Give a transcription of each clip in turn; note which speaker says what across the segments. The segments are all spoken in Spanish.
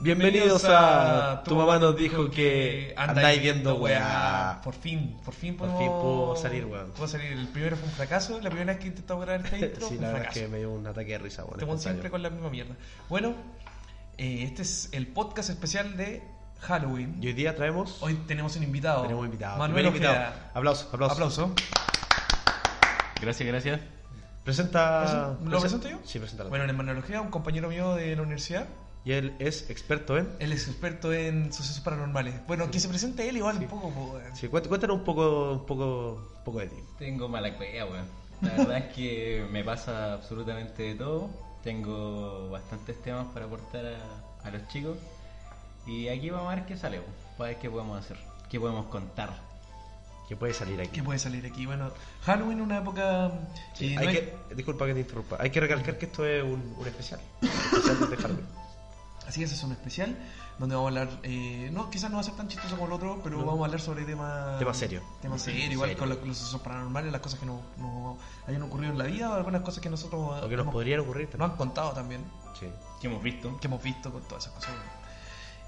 Speaker 1: Bienvenidos a Tu mamá nos dijo que andáis viendo weá.
Speaker 2: Por fin, por fin
Speaker 1: Por fin
Speaker 2: podemos...
Speaker 1: pudo salir, weón.
Speaker 2: Pudo salir. El primero fue un fracaso. La primera vez que intentamos grabar esta intro
Speaker 1: Sí,
Speaker 2: fue
Speaker 1: la
Speaker 2: un
Speaker 1: verdad es
Speaker 2: fracaso.
Speaker 1: que me dio un ataque de risa, weón.
Speaker 2: Este weón siempre
Speaker 1: espontáneo.
Speaker 2: con la misma mierda. Bueno, eh, este es el podcast especial de Halloween.
Speaker 1: Y hoy día traemos.
Speaker 2: Hoy tenemos un invitado.
Speaker 1: tenemos un invitado.
Speaker 2: Manuel
Speaker 1: primer
Speaker 2: Ojeda.
Speaker 1: invitado. Aplauso, aplauso.
Speaker 2: Aplauso.
Speaker 3: Gracias, gracias.
Speaker 1: Presenta.
Speaker 2: ¿Lo
Speaker 1: presen-
Speaker 2: presento yo?
Speaker 1: Sí, preséntalo.
Speaker 2: Bueno, en Manuel Ojeda, un compañero mío de la universidad.
Speaker 1: Y él es experto en.
Speaker 2: Él es experto en sucesos paranormales. Bueno, que se presente él igual un poco. po, weón.
Speaker 1: Sí, cuént- cuéntanos un poco, un poco, un poco de ti.
Speaker 3: Tengo mala cueva, weón. La verdad es que me pasa absolutamente de todo. Tengo bastantes temas para aportar a, a los chicos. Y aquí vamos a ver qué sale, weón. Para ver qué podemos hacer, qué podemos contar.
Speaker 1: Que puede salir aquí.
Speaker 2: ¿Qué puede salir aquí? Bueno, Halloween una época...
Speaker 1: Sí,
Speaker 2: que no
Speaker 1: hay
Speaker 2: es-
Speaker 1: que- Disculpa que te interrumpa. Hay que recalcar que esto es un, un especial. Un especial de Halloween.
Speaker 2: Así que ese es un especial donde vamos a hablar, eh, no, quizás no va a ser tan chistoso como el otro, pero vamos a hablar sobre temas...
Speaker 1: Tema serio.
Speaker 2: Temas serios, igual con los, los sucesos paranormales, las cosas que nos no hayan ocurrido en la vida o algunas cosas que nosotros
Speaker 1: Lo que nos
Speaker 2: hemos-
Speaker 1: podrían ocurrir
Speaker 2: nos
Speaker 1: también.
Speaker 2: han contado también,
Speaker 1: Sí.
Speaker 3: ¿Qué hemos visto?
Speaker 2: que hemos visto con todas esas cosas.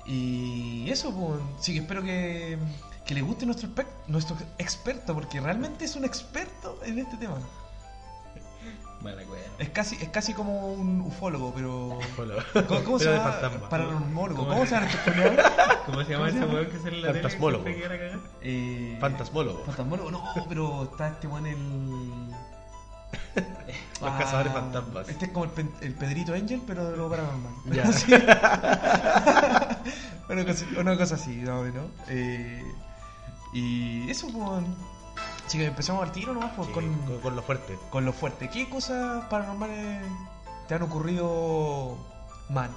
Speaker 2: Y eso, pues, sí que espero que, que les guste nuestro, expec- nuestro experto, porque realmente es un experto en este tema.
Speaker 3: Mala cueva.
Speaker 2: Es casi, es casi como un ufólogo, pero...
Speaker 1: Bueno.
Speaker 2: ¿Cómo, cómo se
Speaker 1: Pero de
Speaker 2: llama?
Speaker 1: fantasma.
Speaker 2: Paranormólogo.
Speaker 3: ¿Cómo
Speaker 2: ¿Cómo
Speaker 3: es?
Speaker 2: se llama? este
Speaker 3: ¿Cómo se llama ese weón que sale en la tele?
Speaker 1: Fantasmólogo.
Speaker 3: que siempre quiere cagar?
Speaker 2: Eh,
Speaker 1: Fantasmólogo.
Speaker 2: Fantasmólogo, no, pero está este buen el.
Speaker 1: Los cazadores fantasmas.
Speaker 2: Este es como el, pen- el Pedrito Angel, pero de lo paranormal.
Speaker 1: Ya.
Speaker 2: Sí. una, cosa, una cosa así, no, ¿no? Eh, y eso, pues. Así que empezamos al tiro nomás pues,
Speaker 1: Sí,
Speaker 2: con,
Speaker 1: con- con lo fuerte.
Speaker 2: con lo fuerte. ¿Qué cosas paranormales te han ocurrido mal?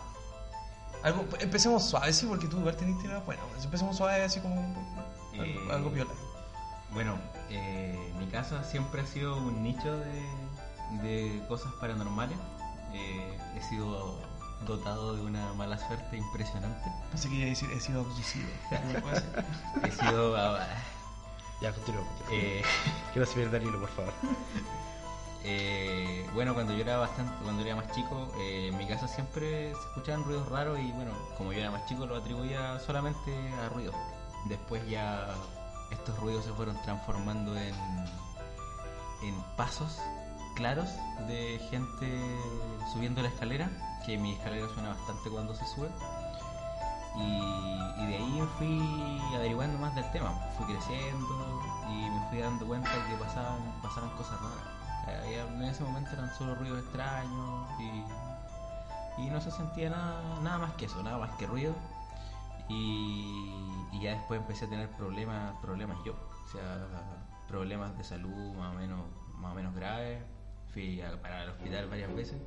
Speaker 2: Algo, empecemos suave, sí, porque tú igual tenés tirada. Bueno, empecemos suave, así como algo,
Speaker 3: Eh,
Speaker 2: algo viola.
Speaker 3: Bueno, eh, mi casa siempre ha sido un nicho de, de cosas paranormales. Eh, he sido dotado de una mala suerte impresionante.
Speaker 2: Pensé que iba a decir, he sido abducido. Bueno, puede ser.
Speaker 3: He sido... ah,
Speaker 1: Ya, continuamos. continuamos.
Speaker 3: eh,
Speaker 1: Quiero subir del hilo, por favor.
Speaker 3: eh, bueno, cuando yo era bastante, cuando era más chico, eh, en mi casa siempre se escuchaban ruidos raros y bueno, como yo era más chico lo atribuía solamente a ruidos. Después ya estos ruidos se fueron transformando en, en pasos claros de gente subiendo la escalera, que mi escalera suena bastante cuando se sube. Y, y de ahí fui averiguando más del tema, pues, fui creciendo y me fui dando cuenta que pasaban, pasaban cosas raras. Había- En ese momento eran solo ruidos extraños y, y no se sentía nada, nada más que eso, nada más que ruido. Y, y ya después empecé a tener problemas, problemas yo, o sea, problemas de salud más o menos, más o menos graves. Fui a parar al hospital varias veces.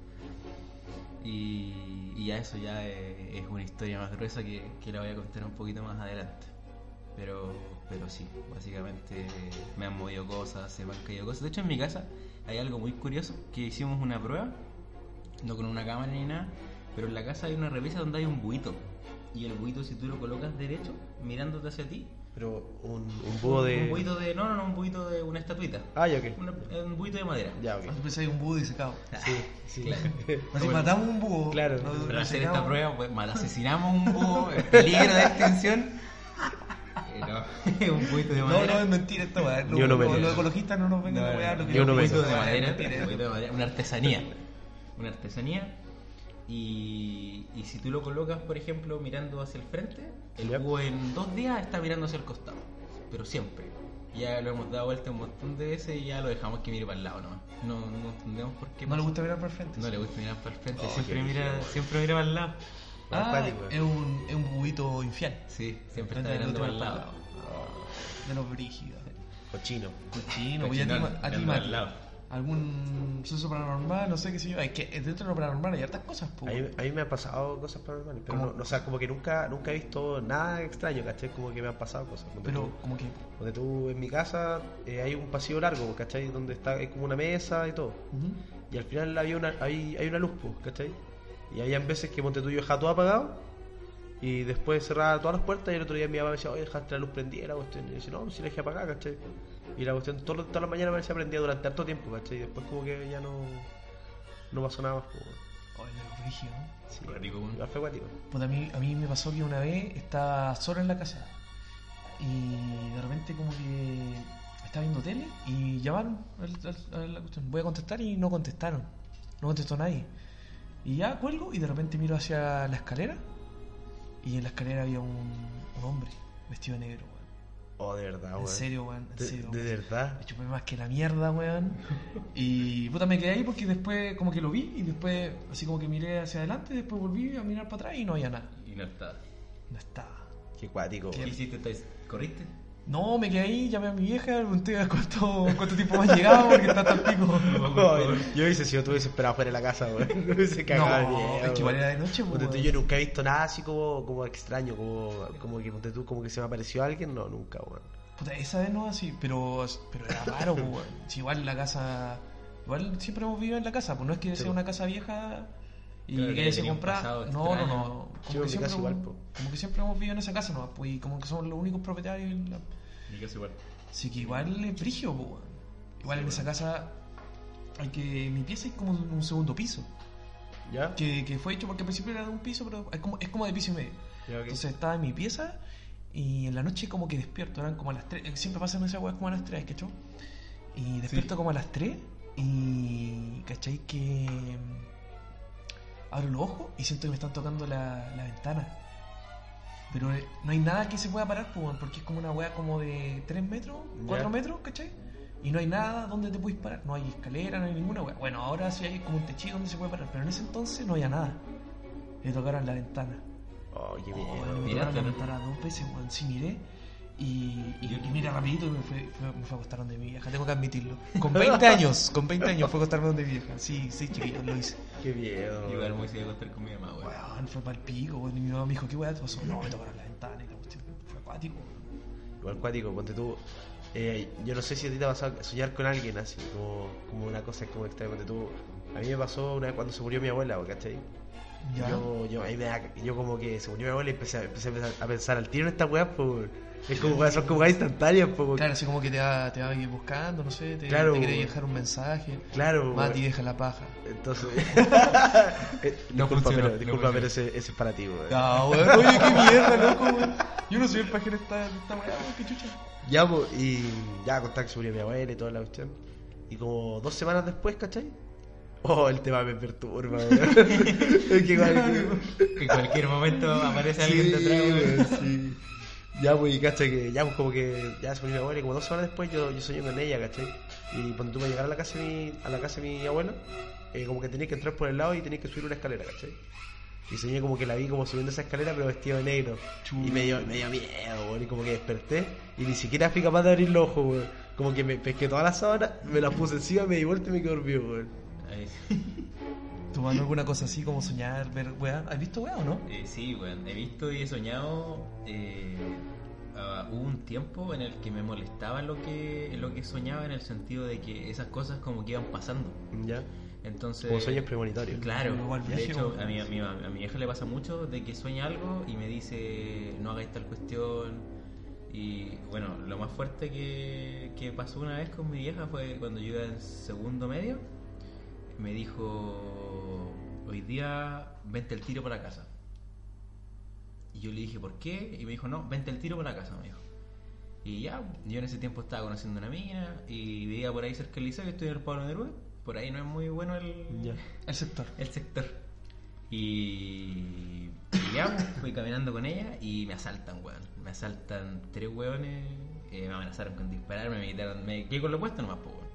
Speaker 3: Y, y ya eso ya es, es una historia más gruesa que, que la voy a contar un poquito más adelante. Pero, pero sí, básicamente me han movido cosas, se me han caído cosas. De hecho en mi casa hay algo muy curioso, que hicimos una prueba, no con una cámara ni nada, pero en la casa hay una repisa donde hay un buito. Y el buito si tú lo colocas derecho, mirándote hacia ti,
Speaker 1: Pero un, un búho de.
Speaker 3: un buito de... No, no, no, un buito de una estatuita.
Speaker 1: Ah, ya, ok.
Speaker 3: Una- un buito de madera.
Speaker 1: Ya, ok.
Speaker 2: Ah, Yo pensé que un búho disecado.
Speaker 1: Sí, sí.
Speaker 3: Claro.
Speaker 2: Así
Speaker 3: Bueno.
Speaker 2: matamos un búho.
Speaker 1: Claro.
Speaker 2: lo-
Speaker 1: Pero
Speaker 2: lo
Speaker 3: Para hacer
Speaker 2: disecamos.
Speaker 3: esta prueba, pues, mal asesinamos un búho, el peligro de extinción. Eh, no, un poquito de
Speaker 2: No, no,
Speaker 3: madera.
Speaker 2: es mentira esta weá.
Speaker 1: Yo no
Speaker 2: Los-
Speaker 1: me-
Speaker 2: Los ecologistas no nos vengan a weá. lo que
Speaker 1: yo
Speaker 2: nos
Speaker 1: no me-
Speaker 3: un
Speaker 2: dicen,
Speaker 3: poquito de
Speaker 2: weá,
Speaker 3: madera,
Speaker 2: mentira.
Speaker 3: un poquito de madera, una artesanía. Una artesanía. Y, y si tú lo colocas, por ejemplo, mirando hacia el frente, el
Speaker 1: Ya.
Speaker 3: búho en dos días está mirando hacia el costado. Pero siempre. Ya lo hemos dado vuelta un montón de veces y ya lo dejamos que mire para el lado nomás. No, no entendemos por qué.
Speaker 2: No le
Speaker 3: pasa.
Speaker 2: gusta mirar para el frente.
Speaker 3: No
Speaker 2: sí.
Speaker 3: le gusta mirar para el frente.
Speaker 1: Oh,
Speaker 3: siempre,
Speaker 1: qué
Speaker 3: mira,
Speaker 1: brígido.
Speaker 3: siempre mira para el lado.
Speaker 2: Ah,
Speaker 1: Acuático.
Speaker 2: es un, es un búhito infiel.
Speaker 3: Sí, siempre está
Speaker 2: Entonces,
Speaker 3: mirando
Speaker 2: no
Speaker 3: para
Speaker 2: te
Speaker 3: el
Speaker 2: vas
Speaker 3: lado.
Speaker 2: para Oh. De los brígidos.
Speaker 1: Cochino.
Speaker 2: Cochino, voy a ti,
Speaker 3: Cochinón,
Speaker 2: a ti,
Speaker 3: mirando
Speaker 2: Mati.
Speaker 3: al lado.
Speaker 2: algún suceso paranormal, no sé qué sé yo. Es que dentro de lo paranormal hay hartas cosas,
Speaker 1: A
Speaker 2: po.
Speaker 1: mí, a mí me han pasado cosas paranormales. Pero
Speaker 2: ¿Cómo?
Speaker 1: no, no, o sea, como que nunca, nunca he visto nada extraño, ¿cachai? Como que me han pasado cosas. Ponte
Speaker 2: Pero
Speaker 1: tú-
Speaker 2: como que
Speaker 1: Ponte tú en mi casa eh, hay un pasillo largo, ¿cachai? Donde está hay como una mesa y todo.
Speaker 2: ujú,
Speaker 1: Y al final había una, hay, hay una luz, pues, ¿cachai? Y habían veces que Monte Tuyo dejaba todo apagado y después cerraba todas las puertas y el otro día mi mamá me decía, oye, dejaste la luz prendida, la cuestión. Y yo decía, no, si la dejé apagada, ¿cachai? Y la cuestión todo- toda la mañana me decía prendida durante harto tiempo, ¿cachai? Y después como que ya no, no pasó nada más, pues. weón.
Speaker 2: Oye, oh, lo brígido, ¿no?
Speaker 1: Sí,
Speaker 3: Cuático, weón.
Speaker 1: igual fue cuático.
Speaker 2: Puta, a mí, a mí me pasó que una vez estaba solo en la casa y de repente como que estaba viendo tele y llamaron al- al- a la cuestión. Voy a contestar y no contestaron. No contestó nadie. Y ya cuelgo y de repente miro hacia la escalera y en la escalera había un, un hombre vestido de negro, weón.
Speaker 1: Oh, de verdad, weón.
Speaker 2: En serio, weón. En
Speaker 1: De,
Speaker 2: serio.
Speaker 1: de
Speaker 2: weón.
Speaker 1: verdad.
Speaker 2: Me chupé más que la mierda, weón. Y puta, me quedé ahí porque después como que lo vi y después así como que miré hacia adelante, después volví a mirar para atrás y no había nada.
Speaker 3: Y no estaba.
Speaker 2: No estaba.
Speaker 1: Qué cuático,
Speaker 3: ¿Qué
Speaker 1: weón.
Speaker 3: hiciste? ¿Estáis- ¿Corriste?
Speaker 2: No, me quedé ahí, llamé a mi vieja, le pregunté a cuánto, cuánto tiempo más llegaba porque está tan pico. No,
Speaker 1: Ay, yo hubiese sido, tú hubiese esperado fuera de la casa, weón. Me hubiese cagado el día,
Speaker 2: es que igual
Speaker 1: weón.
Speaker 2: era de noche, pues,
Speaker 1: Ponte tú,
Speaker 2: weón.
Speaker 1: yo nunca he visto nada así como, como extraño, como, como que ponte tú, como que se me apareció alguien, no, nunca, weón.
Speaker 2: Puta, esa vez no así, pero, pero era raro, pues, weón. Si igual la casa. Igual siempre hemos vivido en la casa, pues no es que
Speaker 1: Sí,
Speaker 2: sea
Speaker 1: pues.
Speaker 2: una casa vieja y
Speaker 3: Claro,
Speaker 2: que
Speaker 3: que
Speaker 2: haya sido
Speaker 3: tenía un
Speaker 2: comprada.
Speaker 3: pasado
Speaker 2: No, no,
Speaker 3: extraño.
Speaker 2: no.
Speaker 1: Sí, pues, en mi casa igual, pues.
Speaker 2: hemos-
Speaker 1: po.
Speaker 2: como que siempre hemos vivido en esa casa, ¿no? Pues, y como que somos los únicos propietarios. y la-
Speaker 3: Mi caso igual.
Speaker 2: Así que igual es brigio, po, weón. Igual
Speaker 3: Sí,
Speaker 2: en esa
Speaker 3: weón.
Speaker 2: casa. Hay que. Mi pieza es como un segundo piso.
Speaker 1: ¿Ya?
Speaker 2: que, que fue hecho porque al principio era de un piso, pero es como, es como de piso y medio.
Speaker 1: Ya, ok.
Speaker 2: Entonces estaba en mi pieza y en la noche como que despierto, eran como a las 3, siempre pasan esas weas como a las 3, ¿cachó? Y despierto como a las 3 y ¿cachai? Que mm, abro los ojos y siento que me están tocando la, la ventana. Pero eh, no hay nada que se pueda parar, pues, weón, porque es como una wea como de 3 metros, 4
Speaker 1: Ya.
Speaker 2: metros, ¿cachai? Y no hay nada donde te puedes parar, no hay escalera, no hay ninguna wea. Bueno, ahora sí hay como un techillo donde se puede parar, pero en ese entonces no había nada. Le tocaron la ventana.
Speaker 1: Oh, qué miedo,
Speaker 2: Oh,
Speaker 1: weón.
Speaker 2: me
Speaker 3: Mira,
Speaker 2: tocaron la
Speaker 3: pero-
Speaker 2: ventana dos veces, weón. Sí, miré. Y, y, y mira, rapidito me fue, fue- me fue a acostar donde mi vieja, tengo que admitirlo. Con 20 años, con 20 años fue a acostarme donde mi vieja. Sí, sí, chiquillos, lo hice.
Speaker 1: Qué miedo.
Speaker 3: Igual
Speaker 1: weón.
Speaker 3: me hice acostar con mi mamá, weón.
Speaker 2: Weón, fue para el pico, weón. Y mi mamá me dijo, ¿qué weá te pasó? No, me tocaron la ventana y la cuestión. Fue acuático, weón.
Speaker 1: Igual cuático, ponte tú. eh, yo no sé si a ti te ha pasado soñar con alguien así, como, como una cosa como extraña, ponte tú. A mí me pasó una vez cuando se murió mi abuela, weón, ¿cachai?
Speaker 2: Ya.
Speaker 1: Yo, yo, ahí me da- yo como que se murió mi abuela y empecé a, empecé a pensar- a pensar al tiro en esta weá, pues. weón. Es como, weón, son como weas instantáneas, pues. weón.
Speaker 2: Claro, así como que te va, te va a ir buscando, no sé, te,
Speaker 1: Claro,
Speaker 2: te quiere
Speaker 1: weón.
Speaker 2: dejar un mensaje.
Speaker 1: Claro,
Speaker 2: Mati,
Speaker 1: weón.
Speaker 2: deja la paja.
Speaker 1: Entonces. no disculpa,
Speaker 3: No funcionó,
Speaker 1: pero,
Speaker 3: no
Speaker 1: disculpa, pero
Speaker 3: funcionó.
Speaker 1: ese, ese es para ti, weón.
Speaker 2: No, weón, oye, qué mierda, loco, weón. Yo no soy el pajero de esta, de esta weá, weón, qué chucha.
Speaker 1: Ya, po, y ya contar que se murió mi abuela y toda la cuestión. Y como dos semanas después, ¿cachai? Oh, el tema me perturba, weón. es que igual.
Speaker 3: Que en cualquier momento aparece
Speaker 1: Sí,
Speaker 3: alguien detrás, weón.
Speaker 1: weón, sí. Ya, pues, y cachai, que ya, pues, como que ya se murió mi abuela y como dos semanas después yo, yo soñé con ella, ¿cachai? Y cuando tú me llegar a la casa de mi, a la casa de mi abuela, eh, como que tenías que entrar por el lado y tenías que subir una escalera, ¿cachai? Y soñé como que la vi como subiendo esa escalera pero vestido de negro. Y me dio, me dio miedo, weón. Y como que desperté y ni siquiera fui capaz de abrir los ojos, weón. Como que me pesqué todas las sábanas, me las puse encima, me di vuelta y me quedé dormido, weón.
Speaker 3: Ahí sí.
Speaker 2: Tomando alguna cosa así como soñar, ver weá. ¿Has visto weá o no?
Speaker 3: Eh, sí, weón. He visto y he soñado. eh, ah, hubo un tiempo en el que me molestaba lo que, lo que soñaba en el sentido de que esas cosas como que iban pasando.
Speaker 1: Ya.
Speaker 3: Entonces.
Speaker 1: Como sueños premonitorios.
Speaker 3: Claro,
Speaker 2: Igual
Speaker 3: de
Speaker 2: brígido.
Speaker 3: hecho a mi, a, mi, a mi vieja le pasa mucho de que sueña algo y me dice no hagáis tal cuestión y bueno, lo más fuerte que, que pasó una vez con mi vieja fue cuando yo iba en segundo medio me dijo hoy día vente el tiro para casa y yo le dije ¿por qué? y me dijo no, vente el tiro para casa me dijo y ya, yo en ese tiempo estaba conociendo una mina y vivía por ahí cerca del liceo, yo estoy en el Pablo Neruda por ahí no es muy bueno el,
Speaker 1: Ya.
Speaker 2: El sector.
Speaker 3: el sector. Y, y ya pues, fui caminando con ella y me asaltan, weón. Me asaltan tres weones, eh, me amenazaron con dispararme, me quitaron, me quedé con lo puesto nomás, pues, weón.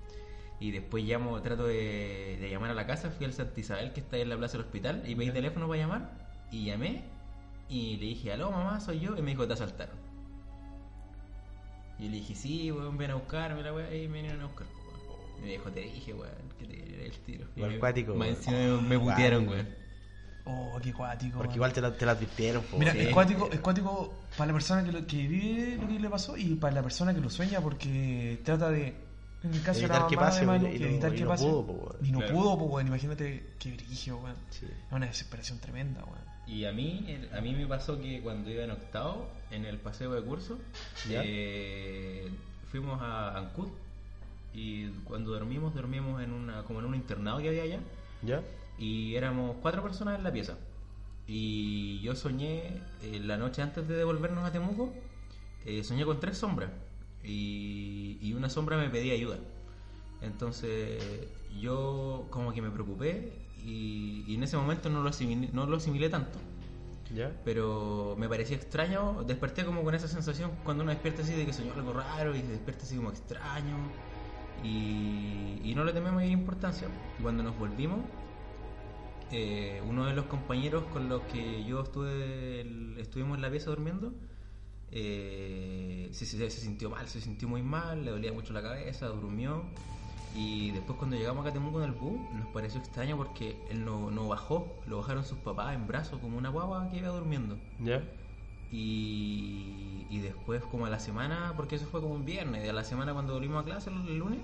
Speaker 3: Y después llamo, trato de, de llamar a la casa, fui al Santa Isabel que está ahí en la plaza del hospital y pedí
Speaker 2: Ya.
Speaker 3: teléfono para llamar y llamé y le dije, aló mamá, soy yo y me dijo, te asaltaron. Y yo le dije, sí, weón, ven a buscarme la weá y me vinieron a buscar. pues, weón. Y me dijo, te dije, weón, que te diera el tiro. Y
Speaker 1: Igual
Speaker 3: me-
Speaker 1: cuático,
Speaker 3: más
Speaker 1: weón.
Speaker 3: encima me- me putearon, weón.
Speaker 2: Oh, qué cuático.
Speaker 1: Porque
Speaker 2: man.
Speaker 1: igual te la, te la advirtieron, po,
Speaker 2: Mira,
Speaker 1: weón.
Speaker 2: es cuático, es cuático para la persona que, lo- que vive lo que le pasó y para la persona que lo sueña porque trata de. En el caso de la
Speaker 1: Evitar que
Speaker 2: mamá
Speaker 1: pase,
Speaker 2: de Manu,
Speaker 1: y
Speaker 2: que
Speaker 1: no-
Speaker 2: evitar
Speaker 1: y
Speaker 2: que
Speaker 1: no
Speaker 2: pase.
Speaker 1: pudo, po, weón.
Speaker 2: Y no
Speaker 3: Claro.
Speaker 2: pudo, po, weón. Imagínate qué brigio, weón.
Speaker 1: Sí.
Speaker 2: Es una desesperación tremenda, weón.
Speaker 3: Y a mí, el- a mí me pasó que cuando iba en octavo, en el paseo de curso,
Speaker 1: ¿Ya?
Speaker 3: eh, fuimos a Ancud y cuando dormimos, dormimos en una, como en un internado que había allá.
Speaker 1: ¿Ya?
Speaker 3: Y éramos cuatro personas en la pieza. Y yo soñé, eh, la noche antes de devolvernos a Temuco, eh, soñé con tres sombras. Y, y una sombra me pedía ayuda. Entonces yo como que me preocupé y, y en ese momento no lo asimilé, no lo asimilé tanto.
Speaker 1: ¿Ya?
Speaker 3: Pero me parecía extraño, desperté como con esa sensación cuando uno despierta así de que soñó algo raro y despierta así como extraño. Y, y no le tomé mayor importancia. Y cuando nos volvimos, eh, uno de los compañeros con los que yo estuve el- estuvimos en la pieza durmiendo, eh, se, se- se sintió mal, se sintió muy mal, le dolía mucho la cabeza, durmió. Y después cuando llegamos acá a Temuco en el bus, nos pareció extraño porque él no, no bajó, lo bajaron sus papás en brazos como una guagua que iba durmiendo.
Speaker 1: ¿Ya?
Speaker 3: Y, y después como a la semana, porque eso fue como un viernes, y a la semana cuando volvimos a clase el, el lunes,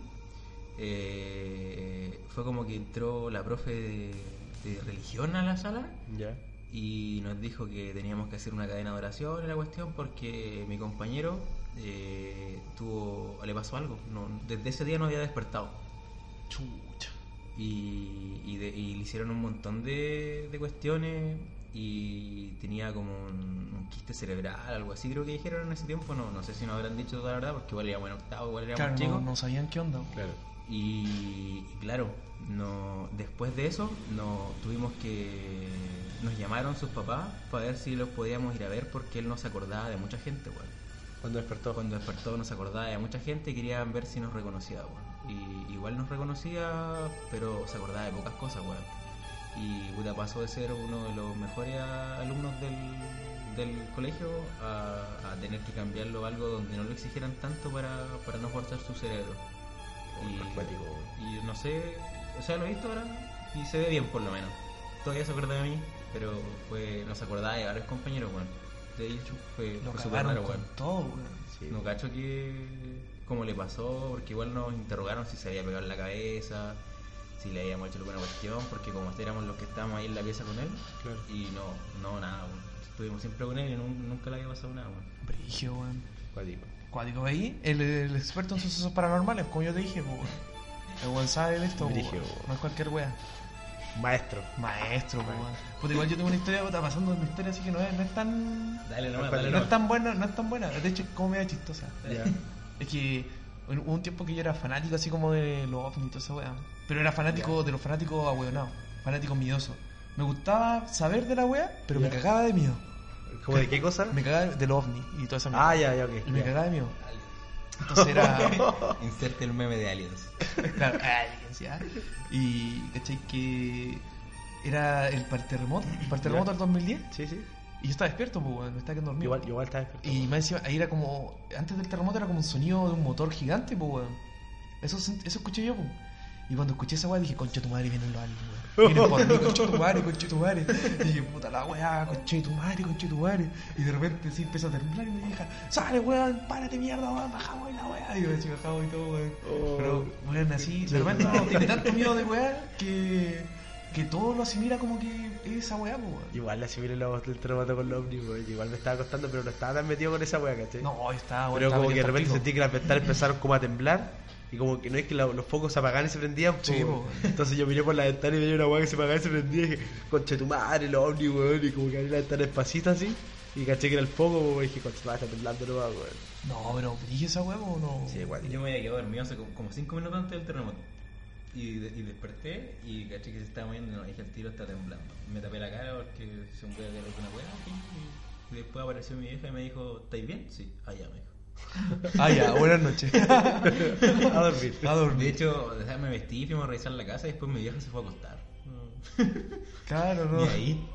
Speaker 3: eh, fue como que entró la profe de, de religión a la sala
Speaker 1: ¿Ya?
Speaker 3: y nos dijo que teníamos que hacer una cadena de oración en la cuestión porque mi compañero eh, tuvo, le pasó algo, no, desde ese día no había despertado.
Speaker 2: Chucha.
Speaker 3: Y, y de- y le hicieron un montón de, de cuestiones y tenía como un, un quiste cerebral, algo así creo que dijeron en ese tiempo, no, no sé si nos habrán dicho toda la verdad, porque igual íbamos en octavo, igual éramos
Speaker 2: Claro, no,
Speaker 3: chicos.
Speaker 2: no sabían qué onda.
Speaker 1: Claro.
Speaker 3: Y, y claro, no, después de eso no, tuvimos que... Nos llamaron sus papás para ver si los podíamos ir a ver porque él no se acordaba de mucha gente, weón.
Speaker 1: Cuando despertó.
Speaker 3: Cuando despertó nos acordaba de mucha gente y querían ver si nos reconocía, weón. Y igual nos reconocía, pero se acordaba de pocas cosas, weón. Y puta, pasó de ser uno de los mejores a- alumnos del, del colegio a, a tener que cambiarlo a algo donde no lo exigieran tanto para, para no forzar su cerebro.
Speaker 1: acuático,
Speaker 3: Y, y no sé, o sea, lo he visto ahora y se ve bien por lo menos. Todavía se acuerda de mí, pero fue, nos acordaba de varios compañeros, weón. De hecho, fue,
Speaker 2: Lo
Speaker 3: fue súper raro,
Speaker 2: cagaron con
Speaker 3: weón.
Speaker 2: todo, weón.
Speaker 1: Sí.
Speaker 3: No cacho que como le pasó, porque igual nos interrogaron si se había pegado en la cabeza, si le habíamos hecho alguna cuestión, porque como este éramos los que estábamos ahí en la pieza con él,
Speaker 1: Claro.
Speaker 3: y no, no, nada, weón. estuvimos siempre con él y nun- nunca le había pasado nada, weón.
Speaker 2: Brigio, weón.
Speaker 1: Acuático.
Speaker 2: Cuático ahí, el, el experto en sucesos paranormales, como yo te dije, po, weón. El weón sabe de esto, po,
Speaker 1: Brigio,
Speaker 2: weón.
Speaker 1: weón.
Speaker 2: No es cualquier weón.
Speaker 1: Maestro.
Speaker 2: Maestro, po, weón. Puta, igual yo tengo una historia, puta, pasando una historia así que no es, no es tan.
Speaker 3: Dale nomás,
Speaker 1: Rafael,
Speaker 3: dale
Speaker 2: No
Speaker 3: nomás.
Speaker 2: es tan buena, no es tan buena. De hecho, es como media chistosa.
Speaker 1: Ya.
Speaker 2: Es que en- hubo un tiempo que yo era fanático así como de los ovnis y toda esa weá. Pero era fanático de los fanáticos ahueonados, fanático miedoso. Me gustaba saber de la weá, pero me
Speaker 1: Ya.
Speaker 2: cagaba de miedo.
Speaker 1: ¿Cómo de qué cosa?
Speaker 2: Me cagaba de los ovnis y toda esa mierda.
Speaker 1: Ah, ya, ya, ok.
Speaker 2: Y me
Speaker 1: ya.
Speaker 2: cagaba de miedo. Entonces era.
Speaker 3: Inserte el meme de Aliens.
Speaker 2: claro, ah, aliens, ya. Y cachai que. Era el par terremoto, el par terremoto
Speaker 1: Ya.
Speaker 2: del 2010.
Speaker 1: Sí, sí.
Speaker 2: Y yo estaba despierto, pues, weón, me estaba quedando dormido.
Speaker 1: Igual, igual está despertado.
Speaker 2: Y más encima, ahí era como. Antes del terremoto era como un sonido de un motor gigante, pues, weón. Eso, sent- eso escuché yo, pues. Y cuando escuché esa weá dije, concha tu madre, vienen los aliens, weón. Vienen por mí, concha tu madre, concha tu madre. Y dije, puta la weá, concha tu madre, concha tu madre. Y de repente sí empezó a temblar y me dije, sale weón, párate mierda, weón, bajamos y la weá. Y yo así bajamos y todo, weón.
Speaker 1: Oh.
Speaker 2: Pero, weón, así, de repente uno tiene tanto miedo de weá que, que todo lo asimila como que es esa weá, pues, weón.
Speaker 1: Igual la asimilé la voz del terremoto con los ovnis, güey. Igual me estaba costando, pero no estaba tan metido con esa wea, ¿cachai?
Speaker 2: No, está, weón.
Speaker 1: Pero
Speaker 2: Ah, estaba
Speaker 1: como que de
Speaker 2: metido
Speaker 1: repente
Speaker 2: hasta el pico.
Speaker 1: sentí que las ventanas empezaron como a temblar. Y como que no es que la- los focos se apagaban y se prendían.
Speaker 2: Sí, pues.
Speaker 1: po.
Speaker 2: po.
Speaker 1: Entonces yo miré por la ventana y veía una weá que se apagaba y se prendía. Y dije, conche tu madre, los ovnis, weón. Y como que abrí la ventana despacito así. Y caché que era el foco, weón. Y dije, conche tu madre, está temblando nomás, weón.
Speaker 2: No, pero ¿brilla esa huevo o no?
Speaker 1: Sí, igual.
Speaker 3: Yo me había quedado dormido hace como 5 minutos antes del terremoto. Y, de- y desperté y caché que se estaba moviendo y no, dije el tiro está temblando. Me tapé la cara porque se me puede caer alguna hueá. y- Y después apareció mi vieja y me dijo, ¿estáis bien? Sí, allá me dijo.
Speaker 2: Ah, ya, buenas noches.
Speaker 1: A dormir.
Speaker 2: A
Speaker 3: De
Speaker 2: dormir.
Speaker 3: hecho, o sea, me vestí, fuimos a revisar la casa y después mi vieja se fue a acostar.
Speaker 2: Claro, no.
Speaker 3: Y ahí,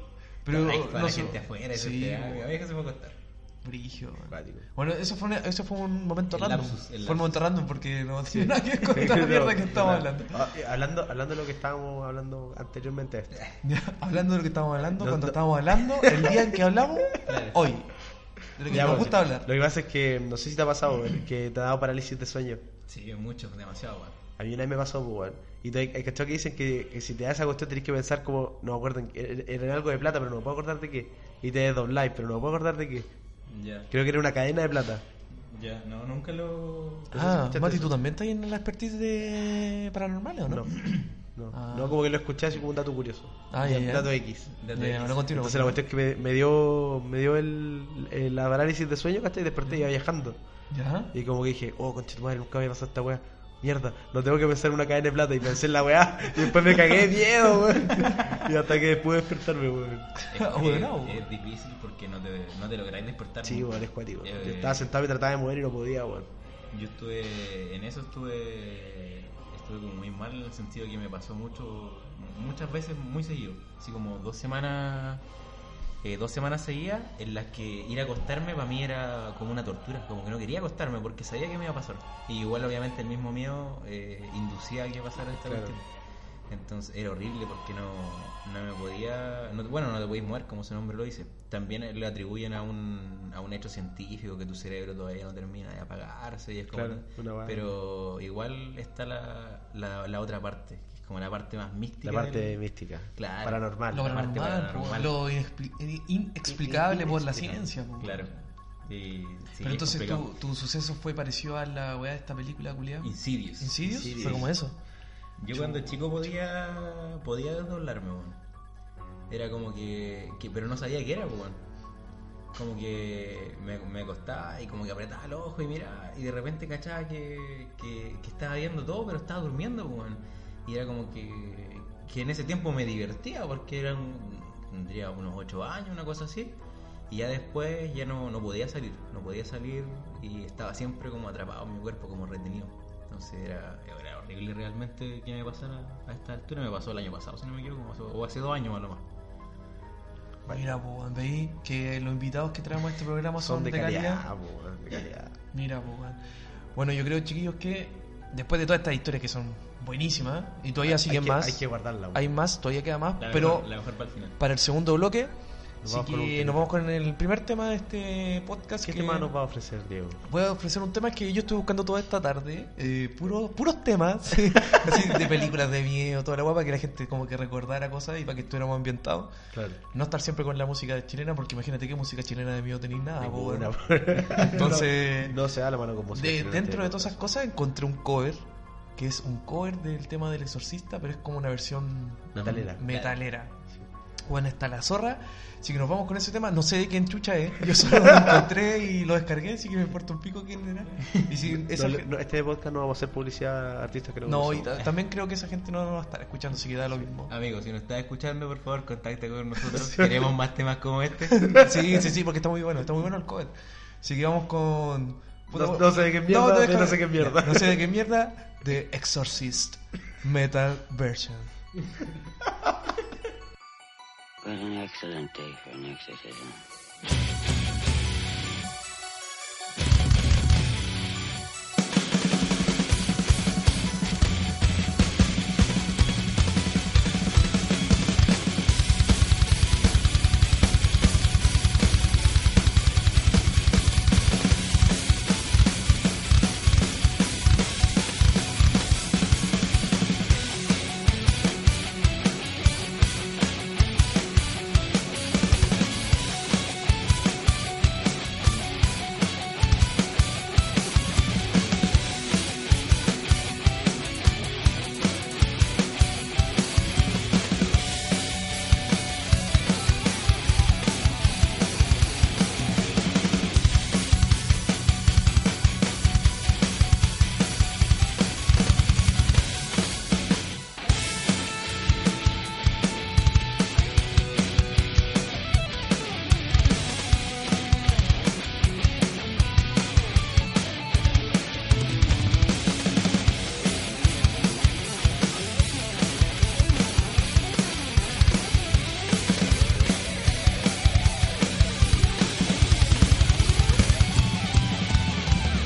Speaker 2: Pero
Speaker 3: ahí toda
Speaker 2: no
Speaker 3: la
Speaker 2: sé.
Speaker 3: gente afuera, eso
Speaker 2: Sí,
Speaker 3: te-
Speaker 2: bueno.
Speaker 3: mi vieja se fue a acostar.
Speaker 2: Brigio.
Speaker 1: Acuático.
Speaker 2: Bueno, eso fue, una- eso fue un momento
Speaker 3: El
Speaker 2: random.
Speaker 3: lapsus, el
Speaker 2: fue
Speaker 3: lapsus.
Speaker 2: un momento random porque no tiene nada que ver con la mierda que estamos hablando.
Speaker 1: Ah, eh, hablando. Hablando de lo que estábamos hablando anteriormente a esto.
Speaker 2: Ya, hablando de lo que estábamos hablando,
Speaker 1: No,
Speaker 2: cuando
Speaker 1: no.
Speaker 2: estábamos hablando, el día en que hablamos,
Speaker 3: Claro.
Speaker 2: hoy. De lo que
Speaker 1: Ya,
Speaker 2: nos
Speaker 1: pues,
Speaker 2: gusta
Speaker 1: Lo
Speaker 2: hablar.
Speaker 1: que pasa es que, no sé si te ha pasado, weón, que te ha dado parálisis de sueño.
Speaker 3: Sí, mucho, demasiado, bueno.
Speaker 1: A mí una vez me pasó, pues, weón. Y te, hay cachado que dicen que, que si te da esa cuestión tenés que pensar como, no me acuerdo, en qué, era- era algo de plata, pero no me puedo acordar de qué. Y te desdobláis, pero no me puedo acordar de qué.
Speaker 3: Ya,
Speaker 1: Creo que era una cadena de plata.
Speaker 3: ya, no, nunca lo...
Speaker 1: Entonces,
Speaker 2: Ah,
Speaker 1: escúchate
Speaker 2: Mati,
Speaker 1: eso.
Speaker 2: ¿tú también estás en la expertise de paranormal o ¿Ah, no?
Speaker 1: No. No,
Speaker 2: Ah.
Speaker 1: no como que lo escuché así como un dato curioso.
Speaker 2: Ah,
Speaker 1: Un
Speaker 2: ya, ya.
Speaker 1: Dato X.
Speaker 2: Ya,
Speaker 3: Dato
Speaker 2: ya,
Speaker 3: X.
Speaker 2: ahora continúo.
Speaker 1: Entonces la cuestión es que me, me dio, me dio el, el parálisis de sueño, ¿cachai? Y desperté y iba viajando.
Speaker 2: Ya.
Speaker 1: Y como que dije, oh, conchetumadre, nunca había pasado esta weá. Mierda, no tengo que pensar en una cadena de plata. Y pensé en la weá. Y después me cagué de miedo, weón. Y hasta que pude despertarme, weón.
Speaker 3: Es, que
Speaker 2: Bueno.
Speaker 3: es difícil porque no te, no te lográis despertar.
Speaker 1: Sí, weón, es cuático.
Speaker 3: Eh,
Speaker 1: Yo estaba sentado y trataba de mover y no podía, weón.
Speaker 3: Yo estuve, en eso estuve, estuve como muy mal en el sentido que me pasó mucho, muchas veces muy seguido, así como dos semanas, eh, dos semanas seguidas en las que ir a acostarme para mí era como una tortura, como que no quería acostarme porque sabía que me iba a pasar. Y igual obviamente el mismo miedo eh, inducía a que pasara esta
Speaker 1: Claro.
Speaker 3: cuestión. Entonces era horrible porque no, no me podía. no- bueno, no te podías mover, como su nombre lo dice. También le atribuyen a un, a un hecho científico que tu cerebro todavía no termina de apagarse y es como.
Speaker 1: Claro, una weá.
Speaker 3: pero igual está la, la, la otra parte, que es como la parte más mística.
Speaker 1: La parte
Speaker 3: del-
Speaker 1: mística.
Speaker 3: Claro.
Speaker 1: Paranormal.
Speaker 2: Lo
Speaker 3: la parte
Speaker 2: paranormal,
Speaker 3: paranormal.
Speaker 2: po, lo inexpli- eh, inexplicable por la
Speaker 1: Inexplicable.
Speaker 2: ciencia. po.
Speaker 3: Claro. Y, sí,
Speaker 2: Pero
Speaker 3: es
Speaker 2: entonces tu,
Speaker 3: complicado.
Speaker 2: tu suceso fue parecido a la weá de esta película, culiado.
Speaker 3: Insidious.
Speaker 2: ¿Insidious?
Speaker 1: Insidious.
Speaker 2: Fue como eso.
Speaker 3: Yo cuando chico podía podía desdoblarme, weón. Era como que, que- pero no sabía qué era, pues, weón. Como que me, me acostaba y como que apretaba el ojo y mira, y de repente cachaba que, que, que estaba viendo todo, pero estaba durmiendo, pues, weón. Y era como que, que en ese tiempo me divertía porque eran, tendría unos 8 años, una cosa así. Y ya después ya no, no podía salir, no podía salir y estaba siempre como atrapado en mi cuerpo, como retenido. Entonces era, era horrible realmente que me pasara a esta altura. Me pasó el año pasado, si no me equivoco, me pasó- o hace dos años a lo más.
Speaker 2: Mira, po, weón, veí que los invitados que traemos a este programa son,
Speaker 1: Son de
Speaker 2: calidad.
Speaker 1: calidad, ah. po, weón, de calidad.
Speaker 2: Mira, po, weón. Bueno, yo creo, chiquillos, que después de todas estas historias que son buenísimas, y todavía siguen
Speaker 1: hay que,
Speaker 2: más,
Speaker 1: Hay que guardarla,
Speaker 2: hay más, todavía queda más,
Speaker 3: La
Speaker 2: pero
Speaker 3: mejor, la mejor para el final.
Speaker 2: para el segundo bloque,
Speaker 1: Nos
Speaker 2: así
Speaker 1: vamos con un
Speaker 2: que
Speaker 1: tema.
Speaker 2: nos vamos con el primer tema de este podcast.
Speaker 1: ¿Qué
Speaker 2: que-
Speaker 1: tema nos va a ofrecer, Diego?
Speaker 2: Voy a ofrecer un tema que yo estoy buscando toda esta tarde, eh, puro- puros temas, así de películas de miedo, toda la guapa, que la gente como que recordara cosas y para que estuviéramos ambientados.
Speaker 1: Claro.
Speaker 2: No estar siempre con la música chilena, porque imagínate qué música chilena de miedo tenéis nada. po,
Speaker 1: Ninguna,
Speaker 2: weón.
Speaker 1: po.
Speaker 2: Entonces,
Speaker 1: Ah, No, no se da la mano con música.
Speaker 2: de,
Speaker 1: chilena,
Speaker 2: dentro de
Speaker 1: te-
Speaker 2: todas esas cosas encontré un cover, que es un cover del tema del exorcista, pero es como una versión
Speaker 1: Metalera.
Speaker 2: metalera. Bueno, está la zorra, así que nos vamos con ese tema. No sé de quién chucha es, yo solo lo encontré y lo descargué, así que me importa un pico quién era. Y si esa
Speaker 1: No,
Speaker 2: gen-
Speaker 1: no, este podcast no vamos a hacer publicidad a artistas que no
Speaker 2: no, y
Speaker 1: conocemos.
Speaker 2: ta- también creo que esa gente no nos va a estar escuchando, así que da lo
Speaker 1: Ah.
Speaker 2: mismo.
Speaker 3: Amigos, si nos estás escuchando, por favor, contacte con nosotros. Queremos más temas como este.
Speaker 2: Sí, sí, sí, porque está muy bueno, está muy bueno el cover. Así que vamos con.
Speaker 1: No- no sé de qué mierda,
Speaker 2: te
Speaker 1: de
Speaker 2: dejo-
Speaker 1: no sé qué mierda.
Speaker 2: No sé de qué mierda. The Exorcist Metal Version.
Speaker 4: What an excellent day for an exorcism.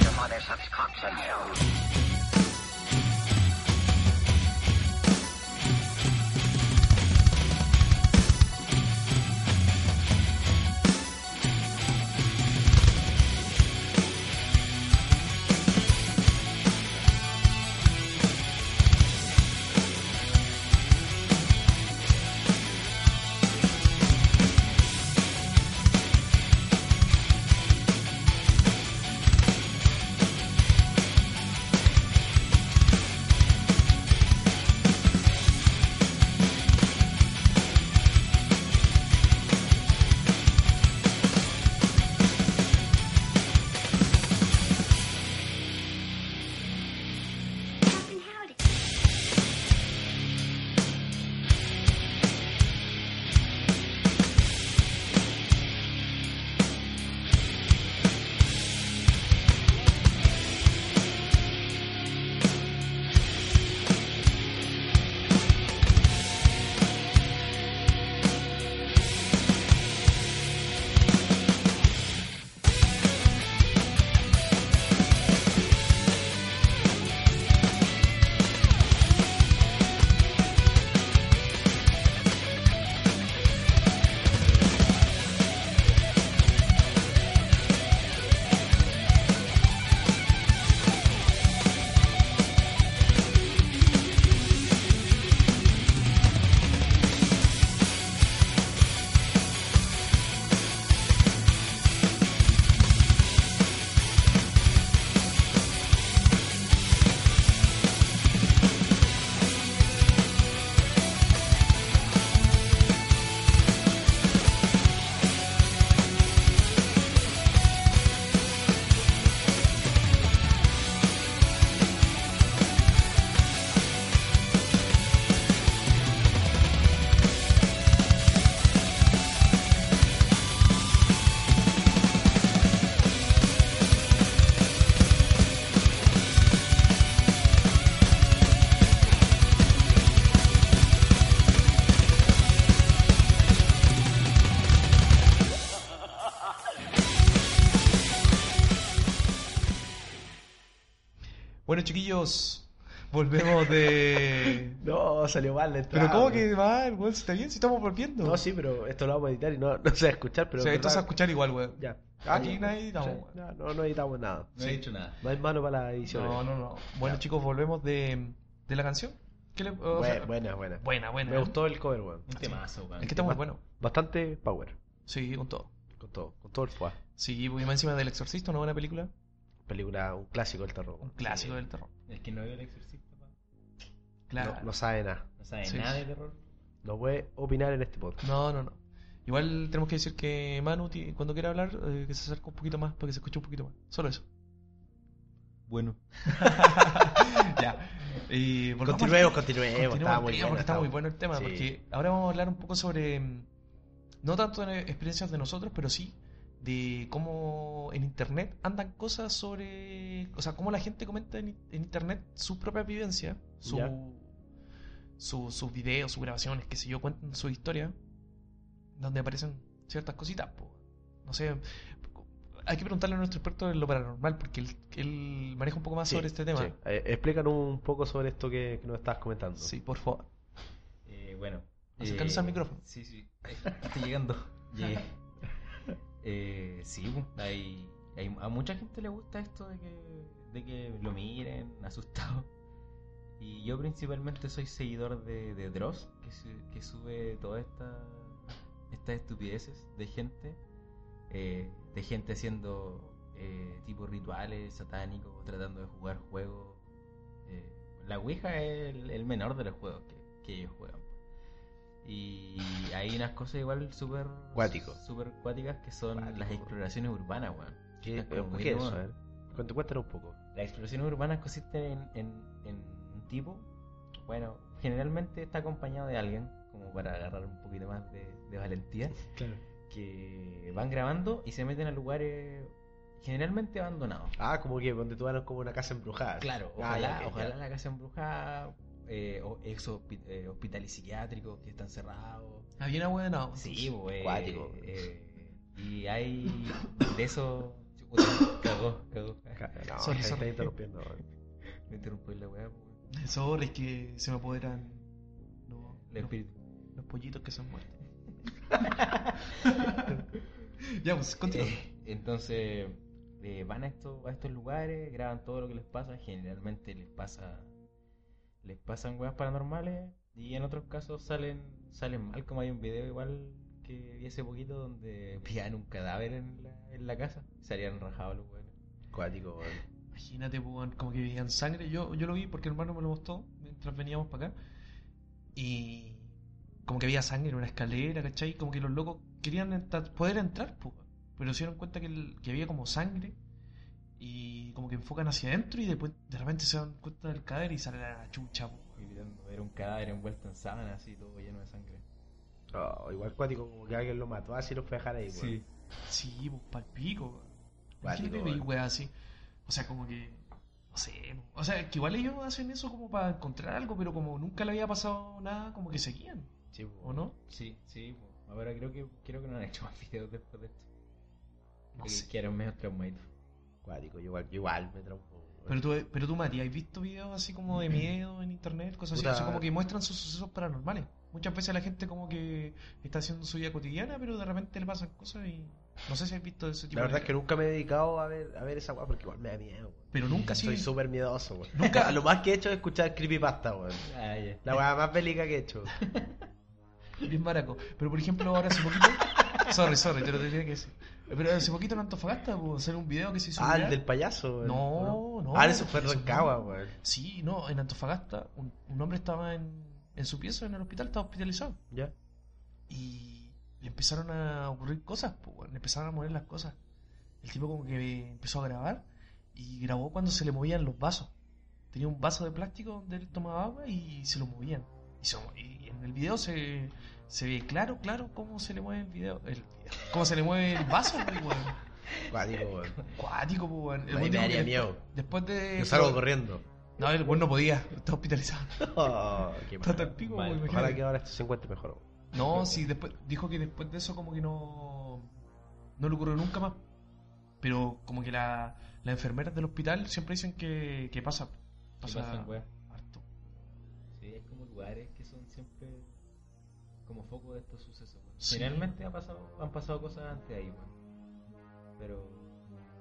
Speaker 4: Your mother sucks cocks and hell.
Speaker 2: Bueno, chiquillos, volvemos de.
Speaker 1: No, salió mal la entrada.
Speaker 2: Pero, ¿cómo
Speaker 1: güey.
Speaker 2: que va? el weón? Si está bien, si estamos volviendo.
Speaker 1: Ah, No, sí, pero esto lo vamos a editar y no, no se va a escuchar, pero...
Speaker 2: o sea,
Speaker 1: en
Speaker 2: esto se va a
Speaker 1: verdad-
Speaker 2: escuchar igual, weón.
Speaker 1: Ya.
Speaker 2: Aquí
Speaker 1: Sí.
Speaker 2: nadie editamos,
Speaker 1: Sí.
Speaker 2: güey.
Speaker 1: No, no, no editamos nada.
Speaker 3: No he dicho nada.
Speaker 1: No hay mano para la edición.
Speaker 2: No, no, no. Bueno, chicos, volvemos de, de la canción. ¿Qué le- o
Speaker 1: Bu-
Speaker 2: sea,
Speaker 1: buena, buena.
Speaker 2: buena, buena.
Speaker 1: Me gustó el cover, weón.
Speaker 3: Un temazo, weón.
Speaker 2: Es que está muy
Speaker 1: Bast-
Speaker 2: bueno.
Speaker 1: Bastante power.
Speaker 2: Sí, con todo.
Speaker 1: Con todo, con todo el fuá.
Speaker 2: Sí, porque más encima del Exorcista, una buena película.
Speaker 1: Película, un clásico del terror.
Speaker 2: Un
Speaker 1: weón.
Speaker 2: clásico del terror.
Speaker 3: El que no vio el exorcista, pa,
Speaker 2: Claro.
Speaker 1: No, no sabe nada.
Speaker 3: no sabe
Speaker 2: Sí.
Speaker 3: nada de terror.
Speaker 1: No puede opinar en este podcast.
Speaker 2: No, no, no. Igual tenemos que decir que Manu, ti- cuando quiera hablar, eh, que se acerque un poquito más para que se escuche un poquito más. Solo eso.
Speaker 3: Bueno.
Speaker 2: ya. Y volvamos
Speaker 1: Continuemos,
Speaker 2: al-
Speaker 1: continuemos.
Speaker 2: continuemos
Speaker 1: Está
Speaker 2: al
Speaker 1: muy
Speaker 2: tema,
Speaker 1: bueno.
Speaker 2: porque está muy bueno el tema.
Speaker 1: Sí.
Speaker 2: Porque ahora vamos a hablar un poco sobre. mm, No tanto de experiencias de nosotros, pero sí de cómo en internet andan cosas sobre. O sea, cómo la gente comenta en, en internet su propia vivencia, su,
Speaker 1: Ya.
Speaker 2: su- sus videos, sus grabaciones, qué sé yo, cuentan su historia, donde aparecen ciertas cositas. po. No sé. Hay que preguntarle a nuestro experto en lo paranormal, porque él, él maneja un poco más
Speaker 1: Sí,
Speaker 2: sobre este tema.
Speaker 1: sí. Eh, explícanos un poco sobre esto que, que nos estabas comentando.
Speaker 2: Sí, por favor.
Speaker 3: Eh, bueno.
Speaker 2: Acercándose
Speaker 3: eh,
Speaker 2: al micrófono.
Speaker 3: Sí, sí. Ahí está, Estoy llegando. Llegué. Eh, sí, bu, hay, hay- a mucha gente le gusta esto de que, de que lo miren asustado. Y yo principalmente soy seguidor de, de Dross, que, su- que sube todas estas estas estupideces de gente. eh, de gente haciendo eh, tipo rituales satánicos, tratando de jugar juegos. eh, la Ouija es el, el menor de los juegos que, que ellos juegan. Y hay unas cosas igual súper...
Speaker 1: Cuático.
Speaker 3: Súper cuáticas que son
Speaker 1: Cuático,
Speaker 3: las
Speaker 1: weón.
Speaker 3: exploraciones urbanas, weón.
Speaker 1: ¿Qué, eh,
Speaker 3: Es como muy
Speaker 1: ¿qué es
Speaker 3: de
Speaker 1: eso? A
Speaker 3: moda.
Speaker 1: ver, cuént- Cuéntanos un poco.
Speaker 3: Las exploraciones urbanas consisten en, en, en un tipo, bueno, generalmente está acompañado de alguien, como para agarrar un poquito más de, de valentía,
Speaker 1: Claro.
Speaker 3: que van grabando y se meten a lugares generalmente abandonados.
Speaker 1: Ah, como que donde tuvieron como una casa embrujada.
Speaker 3: Claro,
Speaker 1: Ah,
Speaker 3: ojalá,
Speaker 1: ya, ok, ya.
Speaker 3: ojalá la casa embrujada, eh, o ex hospi- eh, hospitales psiquiátricos que están cerrados.
Speaker 2: Había una buena. no.
Speaker 3: Sí, güey.
Speaker 1: Cuático.
Speaker 3: y hay de eso. Chuta, Cagó, cagó.
Speaker 1: Ca- No, está-
Speaker 2: Sorry, sorry.
Speaker 1: está interrumpiendo. weón.
Speaker 3: Me interrumpí la weá, pues, weón.
Speaker 2: Sorry, es que se me apoderan los,
Speaker 3: El espíritu.
Speaker 2: los- los pollitos que se han muerto. ya, pues, continúa.
Speaker 3: Eh, entonces, eh, van a, estos a estos lugares, graban todo lo que les pasa. Generalmente les pasa les pasan weas paranormales y en otros casos salen salen mal, como hay un video igual que vi hace poquito donde pillaban un cadáver en la, en la casa. Se habían rajado los weones.
Speaker 1: Cuático, weón.
Speaker 2: Imagínate, pues, weón, como que veían sangre. Yo, yo lo vi porque el hermano me lo mostró mientras veníamos para acá. Y como que había sangre en una escalera, ¿cachai? Como que los locos querían entrar- poder entrar, pues, weón. pero se dieron cuenta que, el- que había como sangre. Y como que enfocan hacia adentro y después de repente se dan cuenta del cadáver y sale la chucha, pues. weón.
Speaker 3: Gritando, Era un cadáver envuelto en sábanas así, todo lleno de sangre.
Speaker 1: Oh, igual cuático, como que alguien lo mató así y lo fue a dejar ahí, weón.
Speaker 2: Sí, pues pal pico.
Speaker 1: Cuático,
Speaker 2: Imagínate, veis
Speaker 1: weón.
Speaker 2: weas así. O sea, como que. No sé. O sea, que igual ellos hacen eso como para encontrar algo, pero como nunca le había pasado nada, como que seguían,
Speaker 1: Sí, weón.
Speaker 2: ¿o no?
Speaker 3: Sí, sí. po. Ahora creo que creo que no han hecho más videos después de esto.
Speaker 2: No
Speaker 3: que,
Speaker 2: sé.
Speaker 3: que eran menos traumaditos.
Speaker 1: Cuático, yo igual, yo igual me traumo. weón.
Speaker 2: Pero tú, pero tú, Mati, ¿has visto videos así como de miedo en internet? Cosas así.
Speaker 1: Mm. Puta.
Speaker 2: O sea, como que muestran sus sucesos paranormales. Muchas veces la gente como que está haciendo su vida cotidiana, pero de repente le pasan cosas y. No sé si has visto ese tipo
Speaker 1: La
Speaker 2: de
Speaker 1: verdad es que
Speaker 2: videos.
Speaker 1: nunca me he dedicado a ver, a ver esa weá porque igual me da miedo, weón.
Speaker 2: Pero nunca sí.
Speaker 1: Soy súper miedoso, weón.
Speaker 2: Nunca-
Speaker 1: Lo más que he hecho es escuchar creepypasta, weón.
Speaker 3: Ah, ya.
Speaker 1: La weá más bélica que he hecho.
Speaker 2: Bien baraco. Pero por ejemplo, ahora hace poquito. sorry, sorry, te lo tenía que decir. Pero hace poquito en Antofagasta hubo hacer un video que se hizo.
Speaker 1: Ah, el
Speaker 2: viral.
Speaker 1: del payaso, weón.
Speaker 2: No, no.
Speaker 1: Ah, eso fue
Speaker 2: Eso no.
Speaker 1: Rancagua, weón.
Speaker 2: Sí, no, en Antofagasta un, un hombre estaba en, en su pieza, en el hospital, estaba hospitalizado.
Speaker 1: Ya.
Speaker 2: Y le empezaron a ocurrir cosas, pues, weón, le empezaron a mover las cosas. El tipo como que empezó a grabar y grabó cuando se le movían los vasos. Tenía un vaso de plástico donde él tomaba agua y se lo movían. Y, se mo- y en el video se, se ve claro, claro cómo se le mueve el video. el video. cómo se le mueve el vaso, pues, weón.
Speaker 1: Cuático, weón.
Speaker 2: Cuático, pues, weón. El
Speaker 1: Ahí
Speaker 2: weón
Speaker 1: me
Speaker 2: dijo
Speaker 1: daría
Speaker 2: que
Speaker 1: miedo.
Speaker 2: Después de.
Speaker 1: Yo salgo corriendo.
Speaker 2: No, el weón no podía, está hospitalizado.
Speaker 1: Oh, qué mal.
Speaker 2: Está tan pico,
Speaker 3: Mal.
Speaker 2: weón, imagínate.
Speaker 1: Ojalá que ahora esto se encuentre mejor, weón.
Speaker 2: No, sí, después dijo que después de eso como que no no le ocurrió nunca más. Pero como que la las enfermeras del hospital siempre dicen que, que pasa. Pasa
Speaker 3: pasan, weón.
Speaker 2: harto.
Speaker 3: Sí, hay como lugares que son siempre como foco de estos sucesos. weón.
Speaker 2: Sí.
Speaker 3: Generalmente ha pasado, han pasado cosas antes de ahí, weón. pero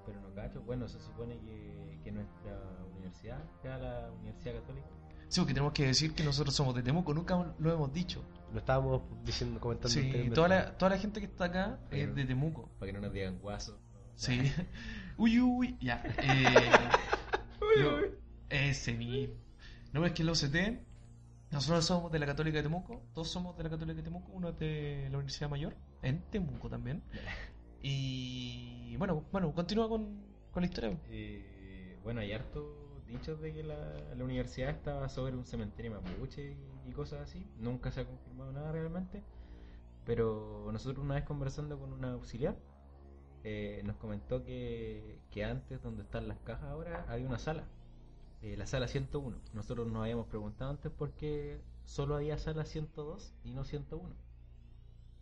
Speaker 3: pero no cacho. Bueno, se supone que, que nuestra universidad, ya la Universidad Católica,
Speaker 2: Sí, porque tenemos que decir que nosotros somos de Temuco, nunca lo hemos dicho.
Speaker 1: Lo estábamos diciendo, comentando.
Speaker 2: Sí,
Speaker 1: anteriormente.
Speaker 2: toda la, toda la gente que está acá es de Temuco.
Speaker 3: para que no nos digan guaso.
Speaker 2: Sí. Uy, uy, ya. Eh, yo- ese mismo. No es que el OCT, nosotros somos de la Católica de Temuco, dos somos de la Católica de Temuco, uno es de la Universidad Mayor, en Temuco también. Y bueno, bueno, continúa con, con la historia.
Speaker 3: Eh, bueno, hay harto dichos de que la, la universidad estaba sobre un cementerio mapuche y, y cosas así. Nunca se ha confirmado nada realmente. Pero nosotros una vez conversando con una auxiliar, eh, nos comentó que, que antes donde están las cajas ahora había una sala, eh, la sala 101. Nosotros nos habíamos preguntado antes por qué solo había sala 102 y no 101.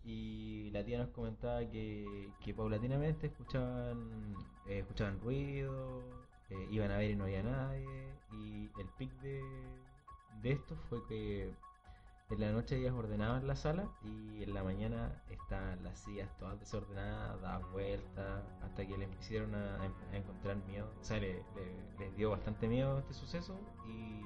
Speaker 3: Y la tía nos comentaba que, que paulatinamente escuchaban, eh, escuchaban ruido, eh, iban a ver y no había nadie. Y el pic de, de esto fue que en la noche ellas ordenaban la sala y en la mañana estaban las sillas todas desordenadas, daban vueltas, hasta que les hicieron a, a encontrar miedo. O sea, le- le- les dio bastante miedo este suceso y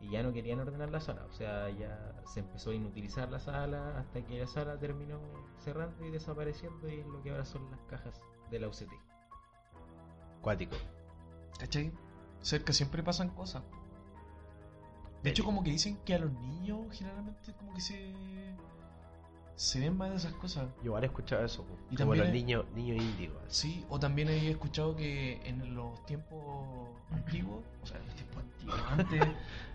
Speaker 3: y ya no querían ordenar la sala, o sea, ya se empezó a inutilizar la sala hasta que la sala terminó cerrando y desapareciendo y es lo que ahora son las cajas de la UCT.
Speaker 1: Cuático.
Speaker 2: ¿Cachai? Cerca siempre pasan cosas. De hecho, como que dicen que a los niños generalmente como que se... Se ven más de esas cosas.
Speaker 1: Yo igual he escuchado eso. po.
Speaker 2: Y
Speaker 1: Como
Speaker 2: también
Speaker 1: los
Speaker 2: es-
Speaker 1: niños, niños índigos. así.
Speaker 2: Sí, o también he escuchado que en los tiempos antiguos, o sea, en los tiempos antiguos, antes,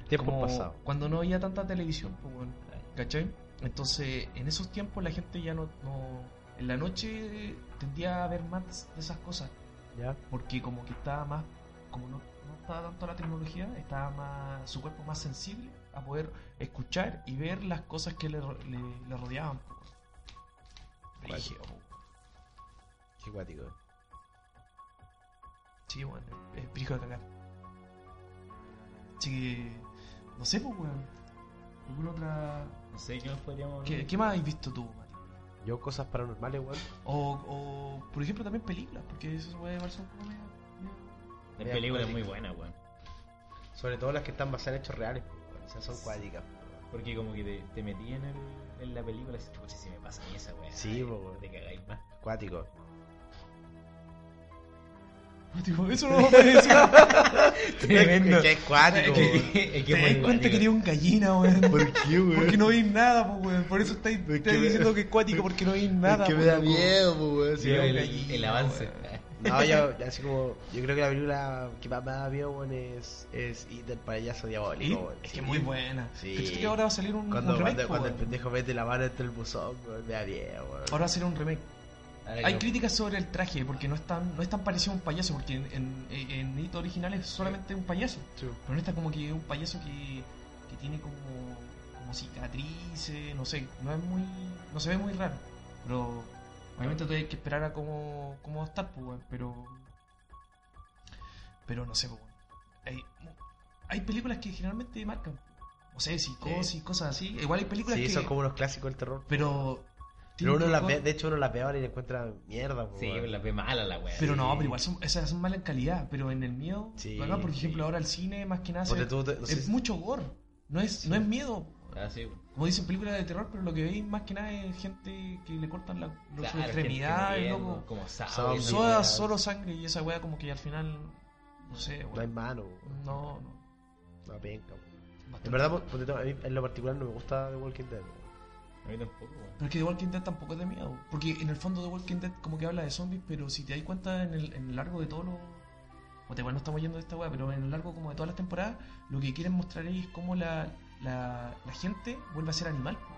Speaker 1: Tiempos
Speaker 2: como
Speaker 1: pasados.
Speaker 2: cuando no había tanta televisión, pues, weón, ¿cachai? Entonces, en esos tiempos la gente ya no, no- En la noche tendía a ver más de esas cosas,
Speaker 1: ¿Ya?
Speaker 2: porque como que estaba más. Como no, no estaba tanto la tecnología, estaba más su cuerpo más sensible a poder escuchar y ver las cosas que le, ro- le- le rodeaban. pues, weón.
Speaker 1: Vale.
Speaker 2: Brígido, pues, weón.
Speaker 1: Qué cuático.
Speaker 2: Sí, weón, es es brígido de cagar. Así que. No sé, pues, weón. ¿Alguna otra.
Speaker 3: No sé qué más podríamos
Speaker 2: ¿Qué, qué más has visto tú, Mati?
Speaker 1: Yo cosas paranormales, weón.
Speaker 2: O, o, por ejemplo, también películas, porque eso se puede llevar son como medio-
Speaker 3: La película es muy buena, weón.
Speaker 1: Sobre todo las que están basadas en hechos reales. po, weón. Esas son cuáticas. po.
Speaker 3: Porque como que te, te metí en, el, en la película así, "Chucha, si me pasa a mí esa weón.
Speaker 1: Sí, po, weón.
Speaker 3: Te cagáis más.
Speaker 1: Cuático.
Speaker 2: Tipo, eso no lo puedes decir.
Speaker 1: Es que es cuático,
Speaker 2: Es que-
Speaker 1: weón.
Speaker 3: es
Speaker 2: Te das cuenta que tiene un gallina, weón.
Speaker 1: ¿Por qué, weón?
Speaker 2: Porque no veis nada, pues, weón. Por eso estáis
Speaker 1: Es
Speaker 2: estáis
Speaker 1: que me-
Speaker 2: diciendo que es cuático, porque no veis nada.
Speaker 1: Es que me
Speaker 2: pues,
Speaker 1: da
Speaker 2: loco.
Speaker 1: miedo, po, weón. Sí,
Speaker 2: Digo,
Speaker 1: weón.
Speaker 3: el,
Speaker 2: gallina,
Speaker 3: el avance.
Speaker 2: weón.
Speaker 1: No, yo, yo así como. Yo creo que la película que más me da miedo, weón, es. Es It, el payaso
Speaker 2: ¿Sí?
Speaker 1: diabólico, weón.
Speaker 2: Es que
Speaker 1: Sí.
Speaker 2: es muy buena.
Speaker 1: Sí.
Speaker 2: ¿Cachai que ahora va a salir un,
Speaker 1: Cuando,
Speaker 2: un remake?
Speaker 1: cuando, cuando el
Speaker 2: pues, weón?
Speaker 1: pendejo mete la mano entre el buzón, weón, me da miedo, weón.
Speaker 2: Ahora va a salir un remake.
Speaker 3: Ahora
Speaker 2: Hay
Speaker 3: que-
Speaker 2: críticas sobre el traje, porque no es tan, no es tan parecido a un payaso, porque en, en, en It original es solamente un payaso.
Speaker 1: Chu.
Speaker 2: Pero no está como que es un payaso que, que tiene como, como cicatrices, no sé, no es muy. no se ve muy raro. Pero obviamente todavía hay que esperar a cómo, cómo va a estar, pues, weón, pero. Pero no sé, pues, weón. hay, hay películas que generalmente marcan. O sea, psicosis, cosas así. Igual hay películas
Speaker 1: Sí,
Speaker 2: que.
Speaker 1: son como unos clásicos del terror.
Speaker 2: Pero.
Speaker 1: Pero uno
Speaker 2: tienen
Speaker 1: las
Speaker 2: que-
Speaker 1: ve, de hecho uno las ve ahora y le encuentra mierda, po,
Speaker 3: Sí, pues,
Speaker 1: weón.
Speaker 3: la ve mala la weón.
Speaker 2: Pero no, pero igual son, esas son malas en calidad, pero en el miedo,
Speaker 1: Sí,
Speaker 2: ¿verdad? por
Speaker 1: sí.
Speaker 2: ejemplo ahora el cine más que nada se-
Speaker 1: Ponte tú, te- no sé
Speaker 2: Ah, es
Speaker 1: si-
Speaker 2: mucho gore, no es, no es miedo,
Speaker 3: Ah, sí, weón.
Speaker 2: como dicen películas de terror, pero lo que veis más que nada es gente que le cortan la, los-
Speaker 3: Claro,
Speaker 2: sus
Speaker 3: gente
Speaker 2: extremidades,
Speaker 3: muriendo,
Speaker 2: loco.
Speaker 3: Como
Speaker 1: Son-
Speaker 3: sabe.
Speaker 1: mierda.
Speaker 2: Soda, solo sangre y esa wea como que al final, no sé,
Speaker 1: No hay
Speaker 2: weón.
Speaker 1: mano, weón.
Speaker 2: No, no.
Speaker 1: No, penca, weón.
Speaker 2: bastante.
Speaker 1: En verdad, po- ponte tú, a mí en lo particular no me gusta The Walking Dead. weón.
Speaker 3: A mí tampoco, weón.
Speaker 2: Pero es que The Walking Dead tampoco es de miedo, porque en el fondo The Walking Dead como que habla de zombies, pero si te das cuenta en el, en el largo de todo lo... O te, igual no estamos yendo de esta weá, pero en el largo como de todas las temporadas, lo que quieren mostrar ahí es cómo la, la, la gente vuelve a ser animal. po.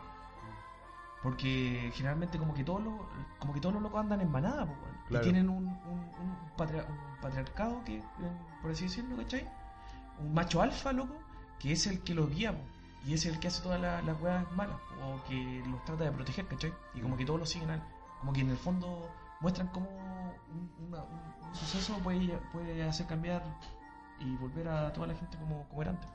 Speaker 2: Porque generalmente como que todos los, como que todos los locos andan en manada, po, weón.
Speaker 1: Claro.
Speaker 2: y tienen un, un, un patria- un patriarcado que, en- por así decirlo, ¿cachai? Un macho alfa, loco, que es el que los guía, po, y es el que hace todas la- las weas malas, po, o que los trata de proteger, ¿cachai? Y como que todos los siguen a él. Como que en el fondo muestran cómo un, una- un- un suceso puede, puede hacer cambiar y volver a toda la gente como, como era antes.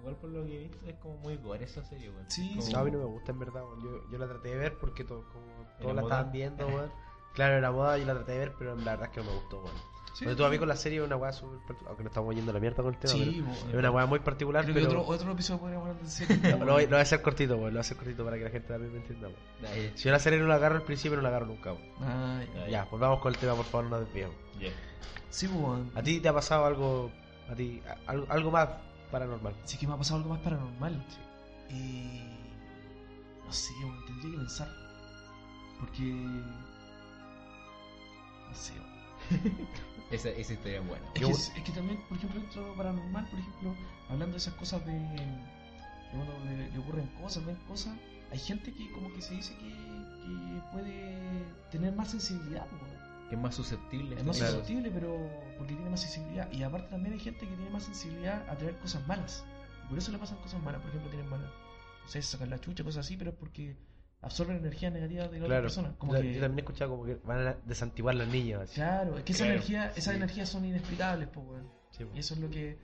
Speaker 3: Igual por lo que he visto es como muy gore esa serie, weón.
Speaker 2: Sí,
Speaker 3: Como-
Speaker 2: sí.
Speaker 1: No, a mí no me gusta en verdad, weón. Yo, yo la traté de ver porque to- como todos la
Speaker 3: moda.
Speaker 1: estaban viendo, weón. Claro, era moda, yo la traté de ver, pero la verdad es que no me gustó, weón.
Speaker 2: Sí.
Speaker 1: Porque tú a mí con la serie es una weá súper. particular, Aunque no estamos yendo a la mierda con el tema,
Speaker 2: Sí,
Speaker 1: pero
Speaker 2: bueno.
Speaker 1: es una weá muy particular.
Speaker 2: Creo que
Speaker 1: pero...
Speaker 2: otro, otro episodio podríamos hablar de serie.
Speaker 1: No, lo, voy- lo voy a hacer cortito, weón. Lo voy a hacer cortito para que la gente también me entienda, weón.
Speaker 3: Ahí,
Speaker 1: Si yo la serie no la agarro al principio, no la agarro nunca, weón.
Speaker 2: Ah, Eh, ya.
Speaker 3: Ahí.
Speaker 1: Ya, volvamos con el tema, por favor, no nos desviemos.
Speaker 3: ya.
Speaker 2: Sí, bueno.
Speaker 1: ¿A ti te ha pasado algo. a ti. a- algo, algo más paranormal?
Speaker 2: Sí que me ha pasado algo más paranormal.
Speaker 1: Sí.
Speaker 2: Eh, no sé, bueno, tendría que pensar. Porque... No sé, bueno.
Speaker 3: Esa, esa historia es buena.
Speaker 2: Es,
Speaker 1: Yo-
Speaker 2: que, es- es que también, por ejemplo, dentro paranormal, por ejemplo, hablando de esas cosas de. de bueno, le, le ocurren cosas, ven cosas. Hay gente que, como que se dice que, que puede tener más sensibilidad, po, weón.
Speaker 3: Es más susceptible.
Speaker 2: es más
Speaker 1: claro.
Speaker 2: susceptible, pero porque tiene más sensibilidad. Y aparte, también hay gente que tiene más sensibilidad a traer cosas malas. Y por eso le pasan cosas malas, por ejemplo, tienen malas. No sé, sacan la chucha, cosas así, pero es porque absorben energía negativa de la otra
Speaker 1: Claro.
Speaker 2: persona. Como
Speaker 1: yo,
Speaker 2: que,
Speaker 1: yo también he escuchado como que van a desantiguar las niñas. así.
Speaker 2: Claro, es que esa
Speaker 3: Claro,
Speaker 2: energía, esas
Speaker 3: sí.
Speaker 2: energías son inexplicables, pues, weón.
Speaker 1: Sí, weón.
Speaker 2: Y eso es lo que,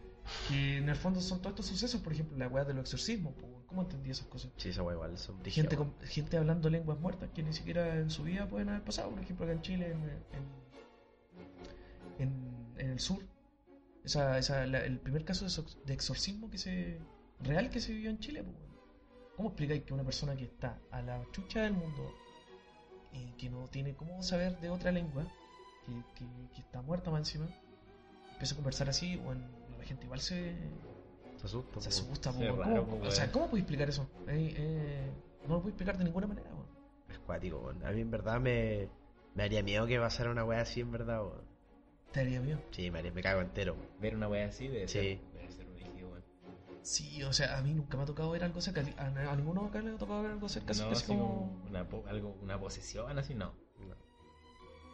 Speaker 2: que en el fondo son todos estos sucesos, por ejemplo, la weá de los exorcismos, po, weón. ¿cómo entendí esas cosas?
Speaker 1: Sí, esa weá igual. Son
Speaker 2: De gente, con- gente hablando lenguas muertas que ni siquiera en su vida pueden haber pasado, por ejemplo, acá en Chile, en, en- en- en el sur. Esa, esa- la- el primer caso de, exor- de exorcismo que se real que se vivió en Chile. po, weón. ¿Cómo explicáis que una persona que está a la chucha del mundo y que no tiene cómo saber de otra lengua, que, que- que está muerta más encima, empieza a conversar así? Bueno, la gente igual se,
Speaker 1: Se asustan,
Speaker 2: se
Speaker 1: weón.
Speaker 2: asusta. po,
Speaker 3: Sí, es
Speaker 2: weón.
Speaker 3: raro,
Speaker 2: ¿Cómo,
Speaker 3: po,
Speaker 2: o sea,
Speaker 3: weón.
Speaker 2: ¿cómo puedes explicar eso? Eh, eh, no lo puedes explicar de ninguna manera. weón.
Speaker 1: Es cuático, weón. A mí en verdad me, me haría miedo que pasara una weá así, en verdad, weón.
Speaker 2: Te daría miedo.
Speaker 1: Sí, me, haría- me cago entero, weón.
Speaker 3: Ver una wea así debe ser,
Speaker 1: Sí.
Speaker 3: debe ser rígido, weón.
Speaker 2: Sí, o sea, a mí nunca me ha tocado ver algo cerca. A, a ninguno acá le ha tocado ver algo cerca. así
Speaker 3: No, así como
Speaker 2: como...
Speaker 3: una, po- algo, una posesión, así no.
Speaker 1: No.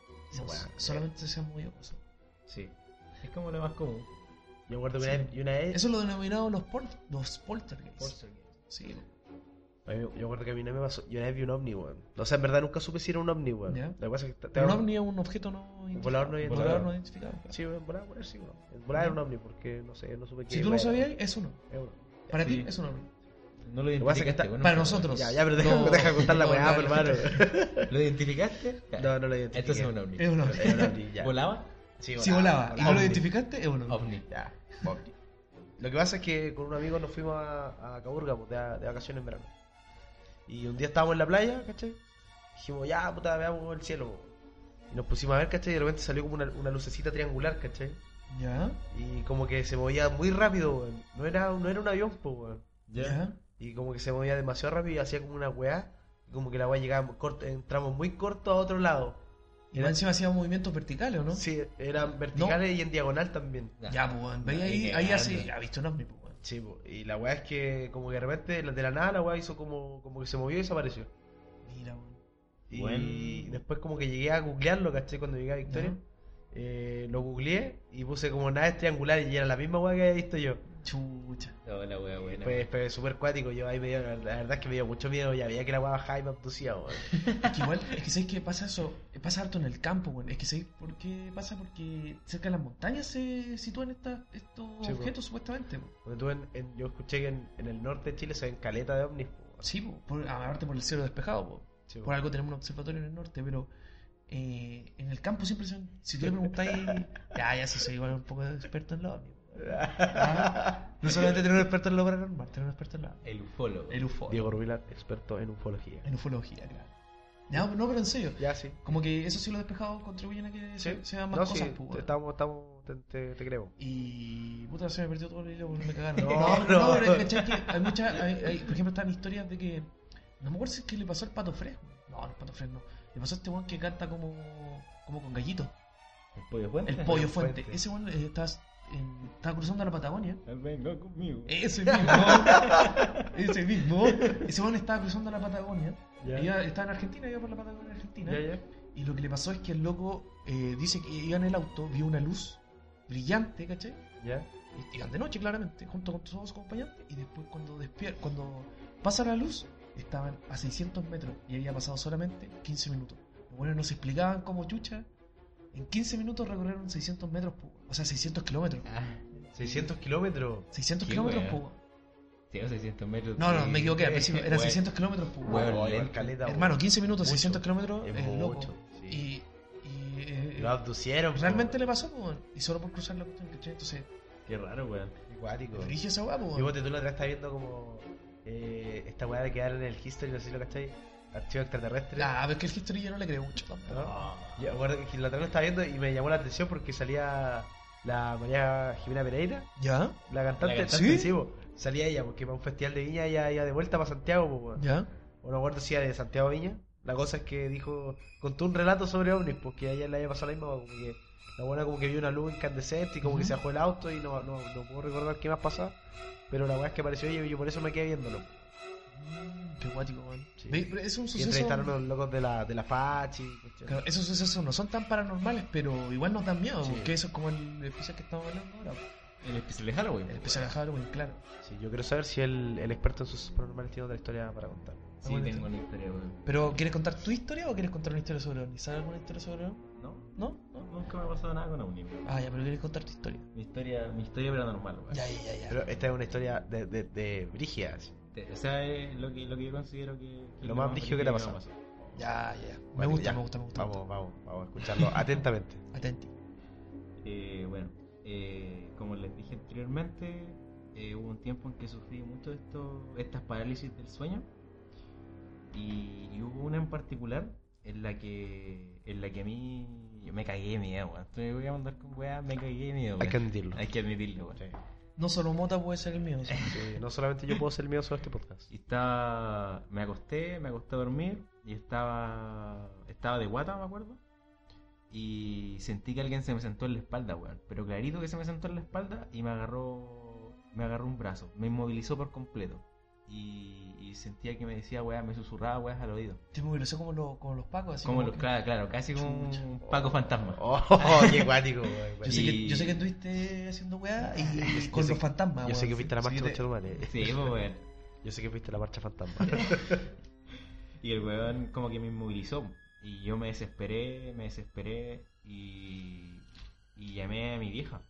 Speaker 2: no,
Speaker 1: Esa weá. eh.
Speaker 2: solamente se han movido cosas.
Speaker 3: Sí. Es como lo más común.
Speaker 1: Yo recuerdo que
Speaker 2: Sí.
Speaker 1: una, vez, y una vez-
Speaker 2: Eso lo denominaron los, pol los poltergeists. Sí,
Speaker 1: a mí- yo recuerdo que a mí una vez me pasó. Yo una vez vi un ovni, weón. O sea, en verdad nunca supe si era un ovni, weón.
Speaker 2: Ya.
Speaker 1: Lo que pasa es que. te-
Speaker 2: un ovni es un objeto no identificado.
Speaker 1: volador no
Speaker 2: Un
Speaker 1: identificado.
Speaker 2: volador no identificado. claro.
Speaker 1: Sí, weón, volar, weón, sí, weón. En volar era un ovni porque no sé, no supe qué.
Speaker 2: si tú lo
Speaker 1: weá era.
Speaker 2: sabías, es uno.
Speaker 1: Es uno.
Speaker 2: Para
Speaker 3: Sí.
Speaker 2: ti es un ovni.
Speaker 3: No lo
Speaker 1: Lo que pasa es que
Speaker 3: identificaste.
Speaker 1: está-
Speaker 3: weón,
Speaker 2: para
Speaker 3: no,
Speaker 2: nosotros.
Speaker 1: Ya, ya, pero deja,
Speaker 2: No.
Speaker 1: deja contar la
Speaker 2: No,
Speaker 1: weá,
Speaker 2: no,
Speaker 1: pues, hermano.
Speaker 3: weón. ¿Lo identificaste? Ya.
Speaker 1: No, no lo identifiqué.
Speaker 3: Entonces es un ovni.
Speaker 2: Es un ovni.
Speaker 1: Era un ovni, ya.
Speaker 3: ¿Volaba?
Speaker 1: Sí,
Speaker 2: Si volaba y no lo
Speaker 1: Ovni.
Speaker 2: identificaste, es un ovni.
Speaker 3: Ovni.
Speaker 1: Ya, ovni. Lo que pasa es que con un amigo nos fuimos a, a Caburga pues, de, de vacaciones en verano. Y un día estábamos en la playa, ¿cachai? Dijimos, ya, puta, veamos el cielo. po. Y nos pusimos a ver, ¿cachai? Y de repente salió como una, una lucecita triangular, ¿cachai?
Speaker 2: Ya,
Speaker 1: Y como que se movía muy rápido, weón. No era, no era un avión, pues, weón.
Speaker 2: ya.
Speaker 1: Y como que se movía demasiado rápido y hacía como una weá. Y como que la weá llegaba corto, entramos muy corto a otro lado.
Speaker 2: Y ahora encima hacía movimientos verticales, ¿o no?
Speaker 1: Sí, eran verticales y en diagonal también.
Speaker 2: Ya, pues, weón. Veis
Speaker 3: Ya,
Speaker 2: ahí,
Speaker 3: qué
Speaker 2: ahí así.
Speaker 3: grande.
Speaker 2: Ya, viste un ovni, pues, weón.
Speaker 1: Sí, po, y la weá es que como que de repente la- de la nada la weá hizo como, como que se movió y desapareció.
Speaker 2: Mira, weón.
Speaker 1: Y
Speaker 3: Buen-
Speaker 1: después como que llegué a googlearlo, ¿cachai? Cuando llegué a Victoria,
Speaker 2: Ya.
Speaker 1: eh, lo googleé y puse como naves triangulares y era la misma weá que había visto yo.
Speaker 2: Chucha.
Speaker 3: No, la wea buena.
Speaker 1: Pues, pues súper cuático, yo ahí me dio, la verdad es que me dio mucho miedo, ya veía que la weá bajaba y me abducía, weón.
Speaker 2: Es que igual, es que sabéis que pasa eso, pasa harto en el campo, weón. Es que sabéis por qué pasa, porque cerca de las montañas se sitúan estas, estos
Speaker 1: Sí, pues. po.
Speaker 2: objetos, supuestamente, weón.
Speaker 1: Porque tú en- en- yo escuché que en, en el norte de Chile se ven caleta de ovnis, po,
Speaker 2: Sí, po, por, aparte por el cielo despejado, po.
Speaker 1: sí, pues. po.
Speaker 2: por algo tenemos un observatorio en el norte, pero eh, en el campo siempre son. Si tú le preguntáis, ya, ya sí, soy igual un poco experto en lo ovni, weón. Ah, No solamente tener un experto en lo paranormal, tener un experto en lo
Speaker 3: El ufólogo.
Speaker 2: el UFO,
Speaker 1: Diego Rubilar, experto en ufología.
Speaker 2: en ufología, claro. Ya, no, pero en serio,
Speaker 1: Ya, sí.
Speaker 2: como que esos cielos despejados contribuyen a que se, se vean más
Speaker 1: no,
Speaker 2: cosas,
Speaker 1: sí,
Speaker 2: po,
Speaker 1: te-
Speaker 2: weón.
Speaker 1: estamos, estamos, te, te, te creo.
Speaker 2: Y puta, se me perdió todo el hilo porque me cagaron.
Speaker 1: No, no.
Speaker 2: pero ¿cachai que hay muchas. hay- hay- por ejemplo, están historias de que. No me acuerdo si es que le pasó al pato fresco. No, no, al pato fresco no. Le pasó a este weón que canta como. como con gallitos.
Speaker 3: El pollo fuente.
Speaker 2: El pollo
Speaker 1: El
Speaker 2: fuente.
Speaker 1: Fuente.
Speaker 2: Ese weón eh, está, en- está cruzando la Patagonia.
Speaker 3: Venga conmigo.
Speaker 2: Ese mismo. ese mismo. Ese weón estaba cruzando la Patagonia.
Speaker 1: Ya.
Speaker 2: Iba- estaba en Argentina, iba por la Patagonia Argentina.
Speaker 1: Ya, ya.
Speaker 2: Y lo que le pasó es que el loco eh, dice que iba en el auto, vio una luz brillante, ¿cachai?
Speaker 1: Ya.
Speaker 2: y iban de noche claramente, junto con todos sus acompañantes, y después cuando despier cuando pasa la luz, estaban a 600 metros y había pasado solamente 15 minutos. Los buenos no se explicaban como chucha, En 15 minutos recorrieron 600 metros, po, weón. o sea, 600 kilómetros.
Speaker 3: Ah,
Speaker 1: 600 kilómetros.
Speaker 2: 600
Speaker 3: Qué
Speaker 2: kilómetros,
Speaker 3: weón.
Speaker 2: po, weón.
Speaker 3: sí, o 600 metros.
Speaker 2: No, no,
Speaker 3: sí.
Speaker 2: me equivoqué. al principio Eran
Speaker 3: Bueno,
Speaker 2: 600 kilómetros, po, weón.
Speaker 3: Bueno,
Speaker 1: Weón,
Speaker 3: lento.
Speaker 1: igual caleta, weón.
Speaker 2: Hermano, 15 minutos,
Speaker 1: Mucho.
Speaker 2: 600 kilómetros
Speaker 1: Es
Speaker 2: es
Speaker 1: mucho,
Speaker 2: loco.
Speaker 1: sí.
Speaker 2: Y, y, eh,
Speaker 1: Lo abducieron. pues,
Speaker 2: realmente
Speaker 1: po.
Speaker 2: le pasó, po, weón. Y solo por cruzar la cuestión, ¿cachai? Entonces,
Speaker 3: Qué raro, weón.
Speaker 1: Acuático.
Speaker 2: dirige esa weá, po,
Speaker 1: Y
Speaker 2: weón.
Speaker 1: vos tú la otra vez estás viendo como eh, esta weá de quedar en el history, no sé si lo cacháis, archivo extraterrestre.
Speaker 2: Nah, pero es que el history yo no le creo mucho tampoco.
Speaker 1: ¿no?
Speaker 2: Ah.
Speaker 1: Yo me acuerdo que la otra vez lo estaba viendo y me llamó la atención porque salía la María Jimena Pereira,
Speaker 2: ¿Ya?
Speaker 1: la cantante,
Speaker 3: La
Speaker 1: del
Speaker 2: cantante.
Speaker 1: salía ella, porque para un festival de viña ella iba de vuelta para Santiago, pues, weón.
Speaker 2: ¿Ya?
Speaker 1: O no acuerdo si era de Santiago Viña. La cosa es que dijo, contó un relato sobre ovnis, porque a ella le había pasado la misma, como que la buena como que vio una luz incandescente y como que
Speaker 2: Ujú.
Speaker 1: se bajó el auto y no, no, no puedo recordar qué más pasaba. Pero la weá es que apareció ella y yo por eso me quedé viéndolo.
Speaker 2: Mm, Qué guático, weón.
Speaker 1: Sí.
Speaker 2: Ve, pero Es un
Speaker 1: Y
Speaker 2: suceso.
Speaker 1: entrevistaron a los locos de la, de la Fachi. cuestiones.
Speaker 2: Claro, esos sucesos no son tan paranormales, pero igual nos dan miedo,
Speaker 1: Sí.
Speaker 2: porque eso es como el especial que estamos hablando ahora. po.
Speaker 3: El especial de Halloween.
Speaker 2: El especial de Halloween, claro.
Speaker 1: Sí, yo quiero saber si el, el experto en sus paranormales tiene otra historia para contar.
Speaker 3: Sí, tengo una historia, weón.
Speaker 2: Pero, ¿quieres contar tu historia o quieres contar una historia sobre ovnis? ¿Sabes alguna historia sobre ovnis?
Speaker 3: ¿No?
Speaker 2: ¿No? ¿No?
Speaker 3: Nunca me ha pasado nada con ovni.
Speaker 2: Ah, ya, pero quieres contar tu historia.
Speaker 3: Mi historia, mi historia paranormal, weón.
Speaker 2: Ya, ya, ya. ya.
Speaker 1: Pero esta es una historia de, de, de brígida, así.
Speaker 3: Te- O sea, es lo que, lo que yo considero que... que es
Speaker 1: Lo más brígido que le ha
Speaker 3: me
Speaker 1: pasado.
Speaker 2: Ya, ya. Me
Speaker 1: Bueno,
Speaker 2: gusta,
Speaker 1: ya.
Speaker 2: me gusta, me gusta.
Speaker 1: Vamos, vamos, vamos a escucharlo atentamente.
Speaker 2: Atenti.
Speaker 3: Eh, bueno, eh, como les dije anteriormente, eh, hubo un tiempo en que sufrí mucho esto, estas parálisis del sueño. Y, y hubo una en particular en la que en la que a mí yo me cagué de miedo, weón. Te voy a mandar con weá, me cagué de miedo,
Speaker 1: Hay que
Speaker 3: weón.
Speaker 1: admitirlo.
Speaker 3: Hay que admitirlo, weón.
Speaker 2: No solo Mota puede ser el mío. sí.
Speaker 1: Sí, no solamente yo puedo ser miedo sobre este podcast.
Speaker 3: Y estaba. Me acosté, me acosté a dormir y estaba. Estaba de guata, me acuerdo. Y sentí que alguien se me sentó en la espalda, weón. Pero clarito que se me sentó en la espalda y me agarró. Me agarró un brazo. Me inmovilizó por completo. Y, y sentía que me decía, weón, me susurraba, weón, al oído.
Speaker 2: Te movilizó como, lo- como los pacos. Así
Speaker 3: como
Speaker 2: como
Speaker 3: lo-
Speaker 2: que-
Speaker 3: claro, claro, casi como un Paco Fantasma.
Speaker 1: Oh, qué guático, güey.
Speaker 2: Yo, sé que,
Speaker 3: Y-
Speaker 2: yo sé que estuviste haciendo weá y con
Speaker 1: sé-
Speaker 2: los fantasmas.
Speaker 1: Ah, Yo sé
Speaker 2: weón.
Speaker 1: que fuiste a la marcha
Speaker 2: Sí,
Speaker 1: concha
Speaker 2: te-
Speaker 1: tu madre.
Speaker 3: Sí, pues, weón.
Speaker 1: eh. Yo sé que fuiste a la marcha fantasma.
Speaker 3: Y el weón como que me inmovilizó. Y yo me desesperé, me desesperé y, y llamé a mi vieja.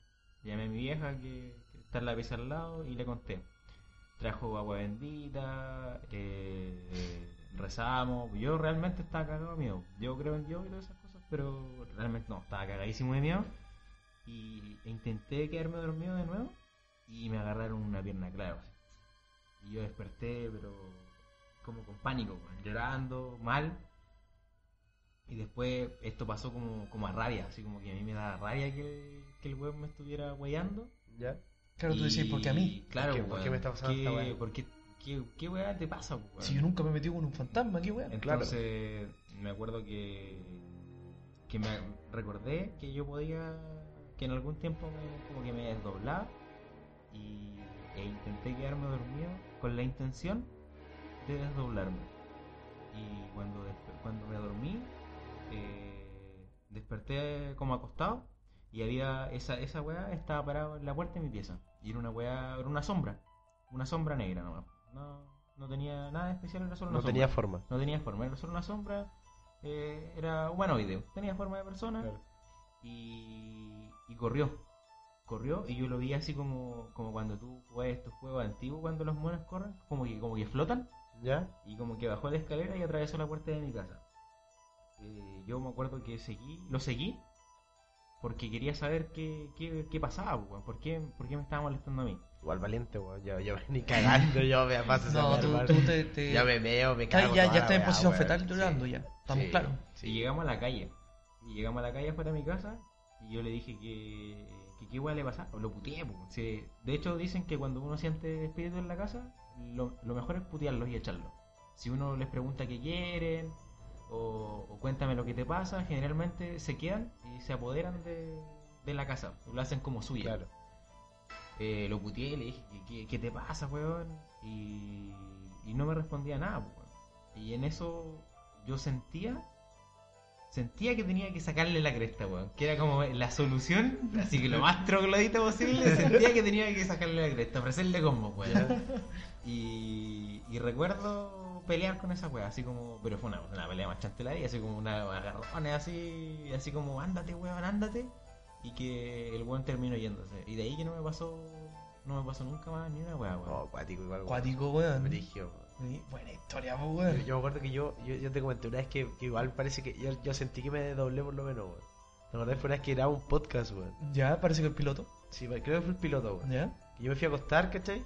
Speaker 3: Llamé a mi vieja que, que está en la pieza al lado y le conté. Trajo agua bendita, eh, rezamos. Yo realmente estaba cagado de miedo. Yo creo en Dios y todas esas cosas, pero realmente no, estaba cagadísimo de miedo. Y e intenté quedarme dormido de nuevo y me agarraron una pierna, claro. así. Y yo desperté, pero como con pánico, weón, llorando, mal. Y después esto pasó como, como a rabia, así como que a mí me da rabia que, que el weón me estuviera guayando.
Speaker 1: ¿Ya?
Speaker 2: Claro, tú decís,
Speaker 3: Y-
Speaker 2: porque a mí.
Speaker 3: Claro,
Speaker 1: ¿Por qué- por
Speaker 3: weón,
Speaker 1: qué me está pasando esta
Speaker 3: ¿qué-
Speaker 1: weá?
Speaker 3: por qué, qué, qué weá te pasa, weón?
Speaker 2: Si yo nunca me he metido con un fantasma, qué weá.
Speaker 1: claro.
Speaker 3: Entonces me acuerdo que, que me recordé que yo podía, que en algún tiempo me- como que me desdoblaba y, e intenté quedarme dormido con la intención de desdoblarme. Y cuando, despe- cuando me dormí, eh, desperté como acostado y había esa, esa weá estaba parada en la puerta de mi pieza. Y era una weá, era una sombra, una sombra negra nomás. No, no tenía nada especial, era solo una
Speaker 1: No
Speaker 3: sombra.
Speaker 1: tenía forma.
Speaker 3: No tenía forma, era solo una sombra. eh, era humanoide, tenía forma de persona.
Speaker 1: Claro.
Speaker 3: Y, y corrió. Corrió y yo lo vi así como, como cuando tú juegas estos juegos antiguos, cuando los monos corren, como que, como que flotan.
Speaker 1: ¿Ya?
Speaker 3: Y como que bajó la escalera y atravesó la puerta de mi casa. Eh, yo me acuerdo que seguí, lo seguí porque quería saber qué, qué, qué pasaba, po, weón, por qué, por qué me estaba molestando a mí.
Speaker 1: Igual valiente, weón. Yo, yo ni cagando, yo me paso esa
Speaker 2: No,
Speaker 1: weá,
Speaker 2: tú,
Speaker 1: hermano.
Speaker 2: tú te. te-
Speaker 1: Ya me meo, me
Speaker 2: Está-
Speaker 1: cago.
Speaker 2: ya,
Speaker 1: toda
Speaker 2: ya
Speaker 1: la
Speaker 2: estás en
Speaker 1: weá,
Speaker 2: posición
Speaker 1: weón.
Speaker 2: fetal llorando ya. Estamos
Speaker 1: Sí.
Speaker 2: claros.
Speaker 3: Y llegamos a la calle. Y llegamos a la calle afuera de mi casa. Y yo le dije que. que qué hueá le pasaba. Lo puteé, po. Sí, De hecho, dicen que cuando uno siente espíritu en la casa, lo, lo mejor es putearlos y echarlos. Si uno les pregunta qué quieren, o, o cuéntame lo que te pasa, generalmente se quedan y se apoderan de, de la casa. Lo hacen como suya.
Speaker 1: Claro.
Speaker 3: Eh, lo puteé y le dije, "¿Qué- ¿qué, qué te pasa, weón? Y, y no me respondía nada, po, weón. Y en eso yo sentía, sentía que tenía que sacarle la cresta, weón. Que era como la solución, así que lo más troglodita posible, sentía que tenía que sacarle la cresta, ofrecerle combo, weón. Y, y recuerdo pelear con esa wea, así como, pero fue una, una pelea machante la vida, así como una agarrones así, así como, ándate weón, ándate, y que el weón terminó yéndose. Y de ahí que no me pasó, no me pasó nunca más ni una wea, weón.
Speaker 1: No, cuático igual. weón.
Speaker 2: Cuático, weón.
Speaker 1: Brigio, weón.
Speaker 2: Sí, Buena historia, po,
Speaker 1: Yo,
Speaker 2: weón.
Speaker 1: yo me acuerdo que yo, yo, yo te comenté una vez que, que igual parece que yo, yo sentí que me doblé por lo menos, weón. ¿Te acordás? Fue una vez que grababa un podcast, weón.
Speaker 2: Ya, parece que el piloto.
Speaker 1: Sí, creo que fue el piloto, weón.
Speaker 2: Ya.
Speaker 1: Y yo me fui a acostar, ¿cachai?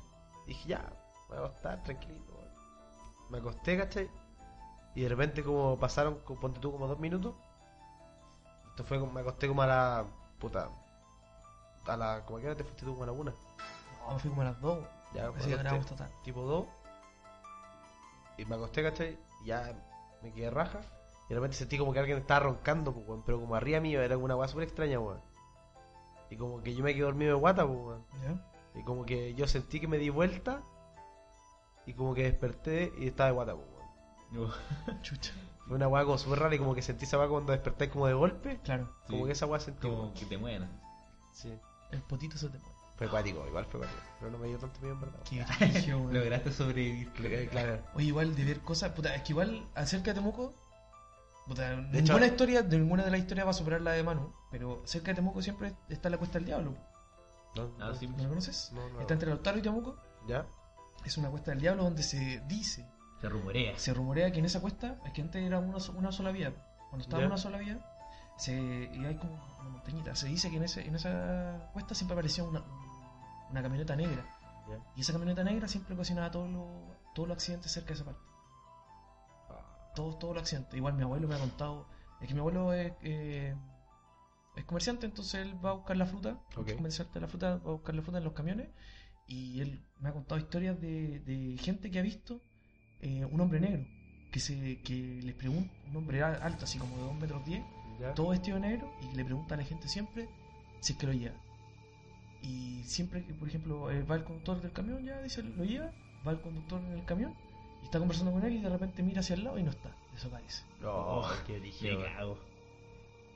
Speaker 1: Dije, ya, me voy a acostar, tranquilito, weón. Me acosté, ¿cachai? Y de repente como pasaron, co- ponte tú, como dos minutos. Esto fue, como- me acosté como a la... puta... A la... como que ahora te fuiste tú como a la una.
Speaker 2: No, me fui como a las dos.
Speaker 1: Ya, me
Speaker 2: Así que
Speaker 1: acosté.
Speaker 2: grabamos total.
Speaker 1: tipo 2. Y me acosté, ¿cachai? Y Ya me quedé raja. Y de repente sentí como que alguien estaba roncando, pues, weón. Pero como arriba mío era como una weá súper extraña, weón. Y como que yo me quedé dormido de guata, pues, weón.
Speaker 2: Ya.
Speaker 1: Y como que yo sentí que me di vuelta. Y como que desperté y estaba de guata, pues, weón.
Speaker 2: Chucha.
Speaker 1: Fue una weá como súper rara y como que sentí esa weá cuando desperté como de golpe.
Speaker 2: Claro.
Speaker 1: Como
Speaker 3: Sí.
Speaker 1: que esa weá sentí,
Speaker 3: como
Speaker 1: weón.
Speaker 3: que te muevan.
Speaker 1: Sí.
Speaker 2: El potito se te mueve.
Speaker 1: Fue cuático, igual fue cuático. Pero no me dio tanto miedo, en verdad.
Speaker 2: Qué brillo, weón.
Speaker 3: Lograste sobrevivir.
Speaker 1: weón. Claro.
Speaker 2: Oye, igual de ver cosas. Puta, es que igual acerca de Temuco. Puta, ninguna
Speaker 1: hecho-
Speaker 2: historia, de ninguna de las historias va a superar la de Manu. Pero cerca de Temuco siempre está la cuesta del diablo.
Speaker 1: No,
Speaker 3: Ah,
Speaker 1: no,
Speaker 3: sí.
Speaker 2: ¿No la conoces?
Speaker 1: no, no.
Speaker 2: Está entre Lautaro y Temuco.
Speaker 1: ¿Ya?
Speaker 2: Es una cuesta del diablo donde se dice,
Speaker 3: Se rumorea.
Speaker 2: se rumorea que en esa cuesta, es que antes era una, so- una sola vía. Cuando estaba
Speaker 1: Ya.
Speaker 2: una sola vía, se, y hay como una montañita. Se dice que en, ese- en esa cuesta siempre aparecía una, una camioneta negra.
Speaker 1: Ya.
Speaker 2: Y esa camioneta negra siempre ocasionaba todos los todos los accidentes cerca de esa parte.
Speaker 1: Ah,
Speaker 2: Todos, todos los accidentes. Igual mi abuelo me ha contado. Es que mi abuelo es, eh, es comerciante, entonces él va a buscar la fruta.
Speaker 1: Ok.
Speaker 2: Es comerciante de la fruta, va a buscar la fruta en los camiones. Y él me ha contado historias de, de gente que ha visto eh, un hombre negro. Que, se, que les pregunta, un hombre a- alto, así como de 2 metros 10,
Speaker 1: ¿Ya?
Speaker 2: todo vestido de negro, y le pregunta a la gente siempre si es que lo lleva. Y siempre que, por ejemplo, eh, va el conductor del camión, ya dice, lo lleva, va el conductor en el camión, y está conversando con él, y de repente mira hacia el lado y no está, desaparece.
Speaker 1: No,
Speaker 3: Oh,
Speaker 1: qué
Speaker 3: Me
Speaker 1: dije.
Speaker 3: cago.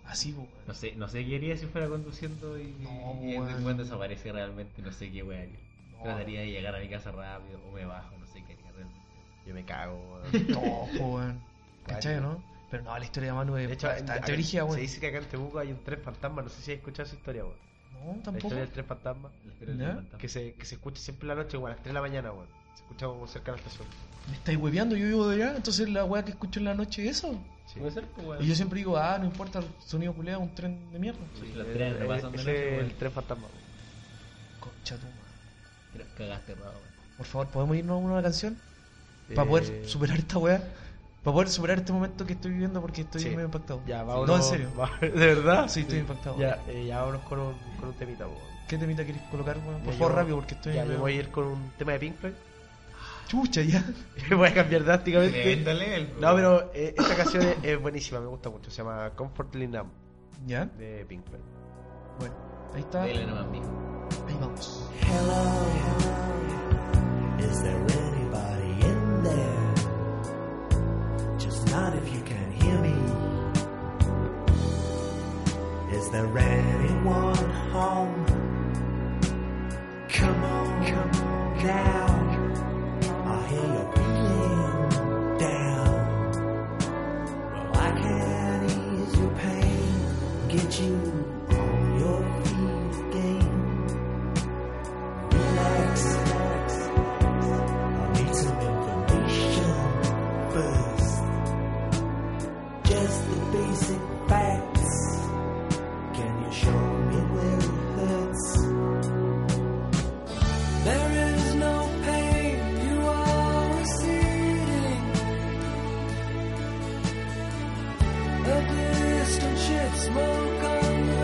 Speaker 2: Así, pues, weón.
Speaker 3: No sé, no sé qué haría si fuera conduciendo y,
Speaker 2: No,
Speaker 3: y
Speaker 2: weón.
Speaker 3: cuando desaparece realmente, no sé qué wea haría.
Speaker 2: No.
Speaker 3: Trataría de llegar a mi casa rápido o me bajo, no sé qué haría realmente.
Speaker 1: Yo me cago, weón.
Speaker 2: No, po, weón. ¿Cachai,
Speaker 1: Cuático.
Speaker 2: no? Pero no, la historia de Manu es
Speaker 1: De hecho,
Speaker 2: bastante
Speaker 1: en-
Speaker 2: brígida,
Speaker 1: Se
Speaker 2: weón.
Speaker 1: dice que acá en Temuco hay un tren fantasma, no sé si has escuchado esa historia, weón.
Speaker 2: No,
Speaker 1: La
Speaker 2: tampoco.
Speaker 1: historia del tren fantasma,
Speaker 3: Pero
Speaker 2: ¿Ya?
Speaker 3: levantar-
Speaker 1: que se, que se escucha siempre en la noche, weón, a las 3 de la mañana, weón. Se escucha como cerca de la estación.
Speaker 2: Me estáis hueveando, yo vivo de allá, entonces la weá que escucho en la noche es eso.
Speaker 1: Sí.
Speaker 3: Puede ser, pues, weón.
Speaker 2: Y yo siempre digo, ah, no importa, sonido culeado, un tren de mierda.
Speaker 3: Sí,
Speaker 1: Sí,
Speaker 3: los
Speaker 1: el-
Speaker 3: trenes no
Speaker 1: el-
Speaker 3: pasan de
Speaker 1: Eh, ese
Speaker 3: noche,
Speaker 1: es
Speaker 3: weón.
Speaker 1: el tren fantasma, weón.
Speaker 2: Concha tu madre.
Speaker 3: Creo- Cagaste, raro, weón.
Speaker 2: Por favor, ¿podemos irnos a una canción? Para poder
Speaker 1: Eh,
Speaker 2: superar esta weá. Para poder superar este momento que estoy viviendo porque estoy
Speaker 1: Sí.
Speaker 2: medio impactado.
Speaker 1: Ya,
Speaker 2: vamos.
Speaker 1: vámonos.
Speaker 2: No, en serio.
Speaker 1: va- ¿De verdad?
Speaker 2: Ah, Sí, estoy impactado.
Speaker 1: Ya, eh, ya vámonos con un, con un temita, weón.
Speaker 2: ¿Qué temita querés colocar, weón? Por
Speaker 1: Ya,
Speaker 2: favor,
Speaker 1: yo-
Speaker 2: rápido, porque estoy.
Speaker 1: Ya, me
Speaker 2: medio-
Speaker 1: voy a ir con un tema de Pink Floyd.
Speaker 2: Chucha, ya.
Speaker 1: Me voy a cambiar drásticamente.
Speaker 3: Tremendo level, weón.
Speaker 1: No, pero eh, esta canción es, es buenísima, me gusta mucho. Se llama Comfortably Numb
Speaker 2: Ya.
Speaker 1: de Pink Floyd.
Speaker 2: Bueno, ahí está.
Speaker 3: Dele nomás, mijo.
Speaker 2: Ahí vamos.
Speaker 5: Hello, is there anybody in there? Just not if you can hear me. Is there anyone home? Come on, come on now. I hear you're feeling down. Well, I can ease your pain, get you on your feet again. Relax. I need some information first. Just the basic facts. Can you show me where it hurts? There is no pain. You are receding. The distant ships smoke on the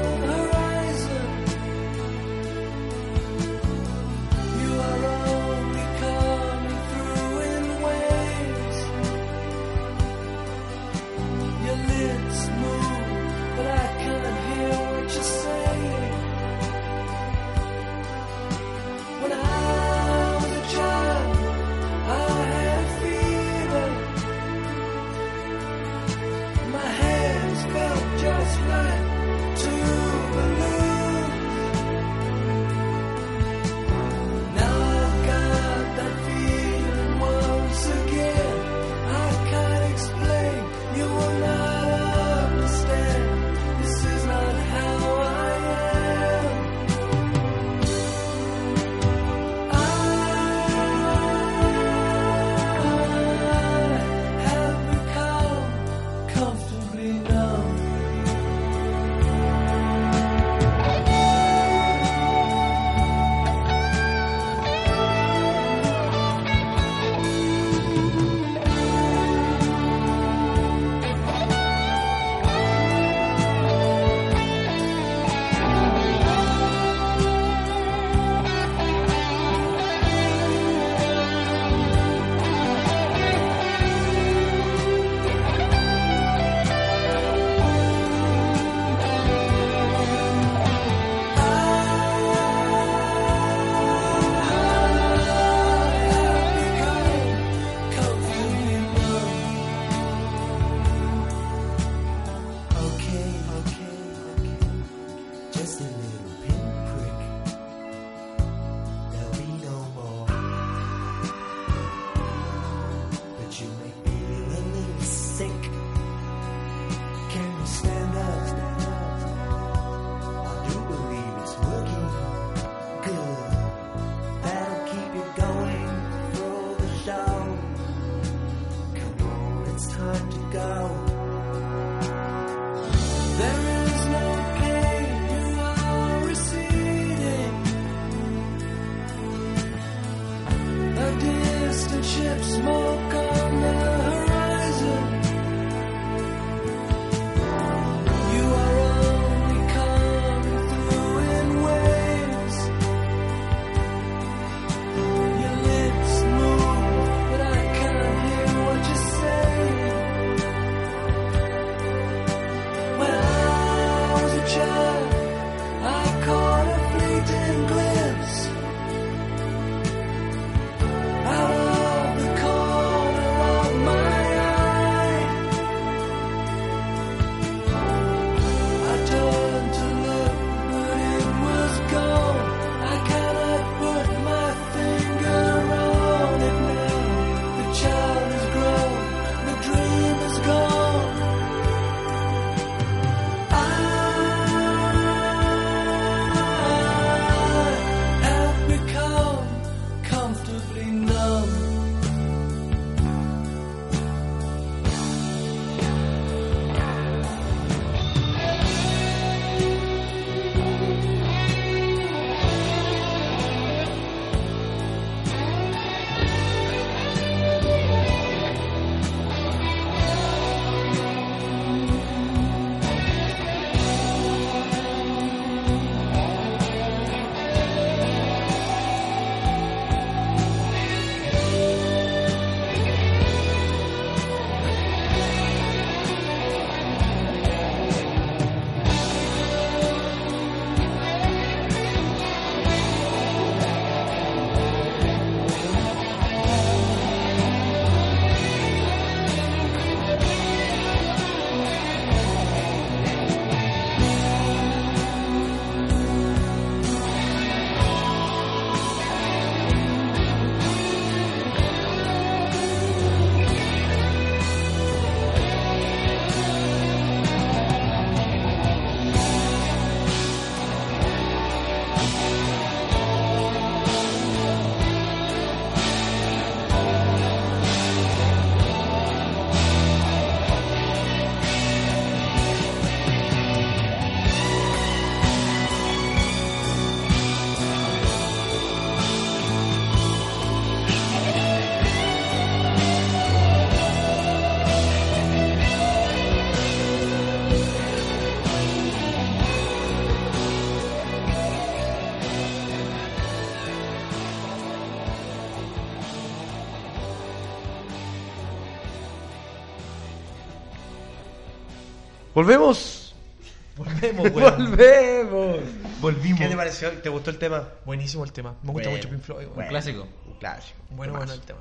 Speaker 1: ¡Volvemos!
Speaker 2: Volvemos, weón.
Speaker 1: ¡Volvemos!
Speaker 2: Volvimos.
Speaker 1: Oh, ¿Qué te pareció? ¿Te gustó el tema?
Speaker 2: Buenísimo el tema. Me gusta
Speaker 1: Bueno,
Speaker 2: mucho Pink Floyd, weón.
Speaker 3: Un clásico.
Speaker 1: Claro.
Speaker 2: Bueno, bueno el tema.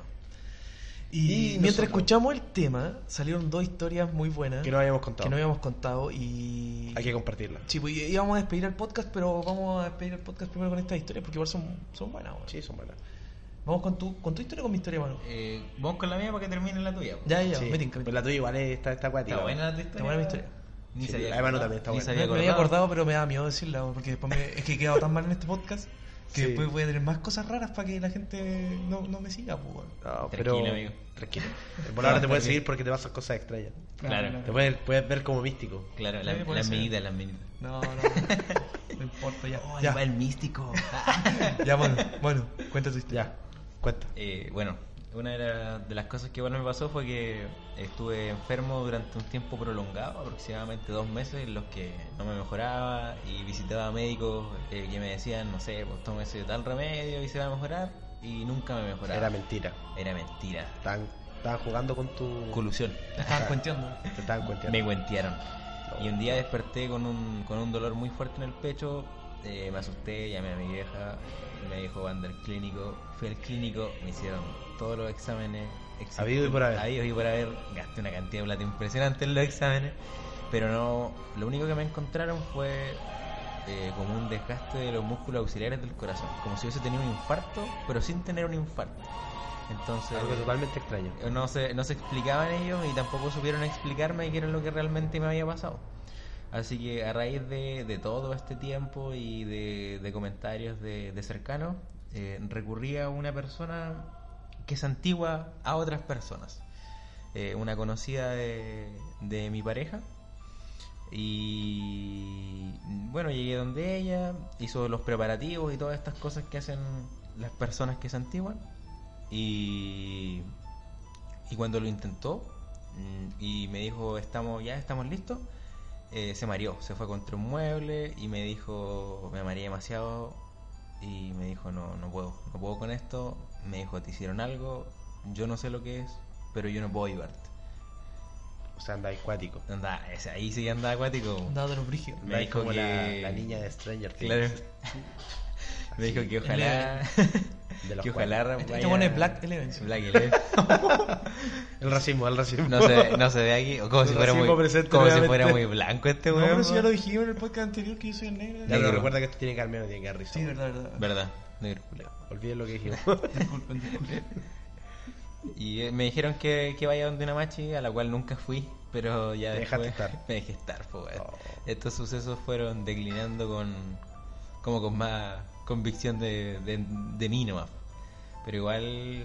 Speaker 2: Y,
Speaker 1: Y
Speaker 2: mientras
Speaker 1: nosotros.
Speaker 2: escuchamos el tema, salieron dos historias muy buenas
Speaker 1: Que no habíamos contado.
Speaker 2: que no habíamos contado y...
Speaker 1: Hay que compartirla.
Speaker 2: Sí, pues y- íbamos a despedir el podcast, pero vamos a despedir el podcast primero con estas historias porque igual son, son buenas. weón.
Speaker 1: Sí, son buenas.
Speaker 2: Vamos con tu, con tu historia o con mi historia, mano.
Speaker 3: Eh, vamos con la mía para que termine la tuya.
Speaker 2: Ya, ya,
Speaker 1: Sí.
Speaker 2: me tinca, me
Speaker 1: Pero
Speaker 2: tinca.
Speaker 1: la tuya igual es- está, está acuática.
Speaker 3: Está buena tu historia.
Speaker 2: Está buena mi historia.
Speaker 3: Ni
Speaker 1: Sí,
Speaker 3: se había
Speaker 1: la de Manu también está
Speaker 3: ni
Speaker 1: buena.
Speaker 3: se
Speaker 2: Me,
Speaker 3: había
Speaker 2: me había acordado, pero me da miedo decirla, weón, porque después me- es que he quedado tan mal en este podcast
Speaker 1: Sí.
Speaker 2: que después voy a tener más cosas raras para que la gente no, no me siga, pues, weón.
Speaker 1: No, pero...
Speaker 3: Tranquilo, amigo.
Speaker 1: Tranquilo. Por ahora te
Speaker 3: Tranquilo.
Speaker 1: puedes seguir porque te pasan cosas extrañas.
Speaker 3: Claro.
Speaker 1: Te puedes, puedes ver como místico.
Speaker 3: Claro, la-
Speaker 2: Sí, puede
Speaker 3: las
Speaker 2: ser.
Speaker 3: minitas, las minitas.
Speaker 2: No, no, no, no importa, ya.
Speaker 3: Oh, ahí
Speaker 2: ya,
Speaker 3: va el místico.
Speaker 2: ya, bueno, bueno, cuenta tu historia.
Speaker 1: Ya, cuenta.
Speaker 3: Eh, bueno, una de, la- de las cosas que bueno me pasó fue que estuve enfermo durante un tiempo prolongado, aproximadamente dos meses, en los que no me mejoraba y visitaba médicos eh, que me decían, no sé, pues toma ese tal remedio y se va a mejorar, y nunca me mejoraba.
Speaker 1: Era mentira.
Speaker 3: Era mentira.
Speaker 1: Estaban, estaban jugando con tu...
Speaker 3: Colusión.
Speaker 2: Te estaban cuenteando.
Speaker 1: Te estaban cuenteando.
Speaker 3: Me cuentearon. Y un día desperté con un, con un dolor muy fuerte en el pecho. eh, me asusté, llamé a mi vieja. Me dijo, anda al clínico. Fui al clínico, me hicieron todos los exámenes. excepto-
Speaker 1: Habido y por haber.
Speaker 3: habido y por haber. Gasté una cantidad de plata impresionante en los exámenes. Pero no. Lo único que me encontraron fue eh, como un desgaste de los músculos auxiliares del corazón. Como si hubiese tenido un infarto, pero sin tener un infarto. Entonces.
Speaker 1: Algo totalmente extraño.
Speaker 3: Eh, No se, no se explicaban ellos y tampoco supieron explicarme qué era lo que realmente me había pasado. Así que a raíz de, de todo este tiempo y de, de comentarios de, de cercanos, eh, recurrí a una persona que es antigua a otras personas. Eh, una conocida de, de mi pareja. Y bueno, llegué donde ella, hizo los preparativos y todas estas cosas que hacen las personas que se antiguan. Y y cuando lo intentó mm, y me dijo, estamos ya, estamos listos, eh, se mareó, se fue contra un mueble y me dijo, me mareé demasiado y me dijo, no, no puedo, no puedo con esto. Me dijo, te hicieron algo, yo no sé lo que es, pero yo no puedo ayudarte.
Speaker 1: O sea, andaba acuático.
Speaker 3: Anda, ese- ahí sí que anda acuático.
Speaker 2: Dado los brígidos.
Speaker 3: Me
Speaker 1: Andaba
Speaker 3: dijo
Speaker 1: como
Speaker 3: que-
Speaker 1: la, la niña de Stranger Things.
Speaker 3: Claro. me dijo que ojalá...
Speaker 1: De los
Speaker 3: que ojalá...
Speaker 2: Este
Speaker 3: vaya-
Speaker 2: bueno es Black Eleven. sí.
Speaker 3: Black Eleven.
Speaker 1: El racismo, el racismo.
Speaker 3: No se, no se ve aquí, o como,
Speaker 1: El
Speaker 3: si fuera, muy,
Speaker 1: racismo presente
Speaker 3: como si
Speaker 1: nuevamente.
Speaker 3: fuera muy blanco este
Speaker 2: No,
Speaker 3: weón.
Speaker 2: pero si ya
Speaker 3: weón.
Speaker 2: lo dijimos en el podcast anterior que yo soy el negro.
Speaker 1: Ya, pero
Speaker 3: Negro.
Speaker 1: recuerda que esto tiene que al menos tiene que dar risa.
Speaker 2: Sí, verdad, verdad.
Speaker 3: Verdad, negro culiao.
Speaker 1: Olviden lo que dijimos.
Speaker 2: Disculpen, disculpen.
Speaker 3: Y eh, me dijeron que, que vaya donde una machi, a la cual nunca fui, pero ya
Speaker 1: Te dejaste
Speaker 3: después
Speaker 1: estar.
Speaker 3: me dejé estar. po, weón.
Speaker 1: Oh.
Speaker 3: Estos sucesos fueron declinando con como con más convicción de, de, de mí nomás. Pero igual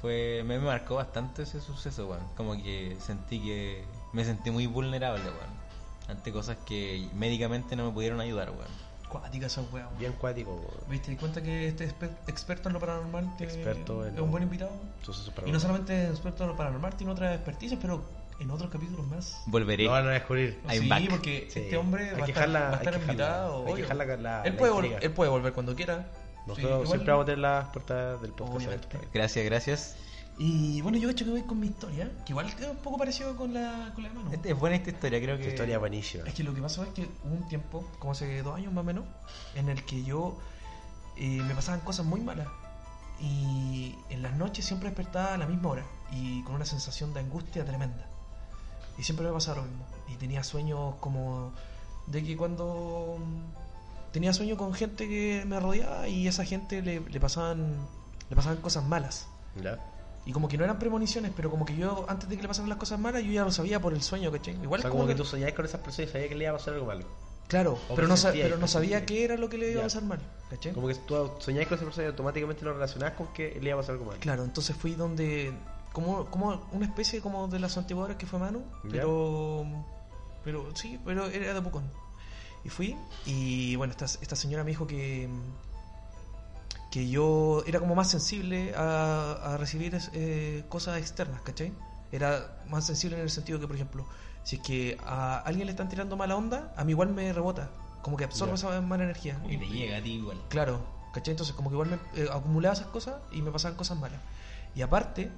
Speaker 3: fue me marcó bastante ese suceso, weón. Como que sentí que me sentí muy vulnerable, weón. Ante cosas que médicamente no me pudieron ayudar, weón.
Speaker 2: Cuática esa wea.
Speaker 1: Bien cuático. weón.
Speaker 2: ¿Viste? ¿Te di cuenta que este exper- experto en lo paranormal te-
Speaker 1: Experto en
Speaker 2: es un buen invitado?
Speaker 1: Sucesos
Speaker 2: Y no
Speaker 1: paranormales.
Speaker 2: solamente experto en lo paranormal, tiene otras experticias, pero en otros capítulos más.
Speaker 3: Volveré.
Speaker 1: Lo van a descubrir.
Speaker 3: I'm
Speaker 2: sí,
Speaker 3: back.
Speaker 2: porque
Speaker 1: Sí.
Speaker 2: este hombre
Speaker 1: Hay
Speaker 2: va a
Speaker 1: que
Speaker 2: estar,
Speaker 1: dejarla-
Speaker 2: va a
Speaker 1: hay
Speaker 2: estar
Speaker 1: que
Speaker 2: invitado.
Speaker 1: dejarla- hay que
Speaker 2: obvio.
Speaker 1: dejarla con la-
Speaker 2: él,
Speaker 1: la
Speaker 2: puede
Speaker 1: intriga.
Speaker 2: vol- él puede volver cuando quiera. Sí,
Speaker 1: Nosotros
Speaker 2: igual-
Speaker 1: siempre vamos a tener las puertas del podcast
Speaker 2: Obviamente. Eh,
Speaker 1: abiertas.
Speaker 3: Gracias, gracias.
Speaker 2: Y bueno, yo he hecho que voy con mi historia, que igual es un poco parecido con la, con la de Manu.
Speaker 3: Este- es buena esta historia, creo que.
Speaker 1: Esta historia es buenísima.
Speaker 2: Es que lo que pasó es que hubo un tiempo, como hace dos años más o menos, en el que yo eh, me pasaban cosas muy malas. Y en las noches siempre despertaba a la misma hora y con una sensación de angustia tremenda. Y siempre me pasaba lo mismo. Y tenía sueños como de que cuando mm, tenía sueño con gente que me rodeaba y esa gente le, le pasaban le pasaban cosas malas.
Speaker 1: ¿Ya?
Speaker 2: Y como que no eran premoniciones, pero como que yo antes de que le pasaran las cosas malas, yo ya lo sabía por el sueño, ¿cachai? Igual
Speaker 1: O sea,
Speaker 2: es ¿Eh?
Speaker 1: como que tú soñabas con esas personas y sabías que le iba a pasar algo malo.
Speaker 2: Claro,
Speaker 1: O
Speaker 2: pero no, sa-
Speaker 1: presentíais,
Speaker 2: pero no sabía
Speaker 1: presentíais.
Speaker 2: qué era lo que le iba
Speaker 1: Ya.
Speaker 2: a pasar mal, ¿cachai?
Speaker 1: Como que tú soñabas con esa persona y automáticamente lo relacionabas con que le iba a pasar algo malo.
Speaker 2: Claro, entonces fui donde... Como, como una especie como de las antiguadoras que fue Manu,
Speaker 1: Ya.
Speaker 2: pero... Pero sí, pero era de Pucón. Y fui y bueno, esta, esta señora me dijo que... Que yo era como más sensible a, a recibir es- eh, cosas externas, ¿cachai? Era más sensible en el sentido que, por ejemplo, si es que a alguien le están tirando mala onda, a mí igual me rebota. Como que absorbo
Speaker 1: Ya.
Speaker 2: esa mala energía.
Speaker 3: Como que te llega a ti igual.
Speaker 2: Claro, ¿cachai? Entonces como que igual me eh, acumulaba esas cosas y me pasaban cosas malas. Y aparte,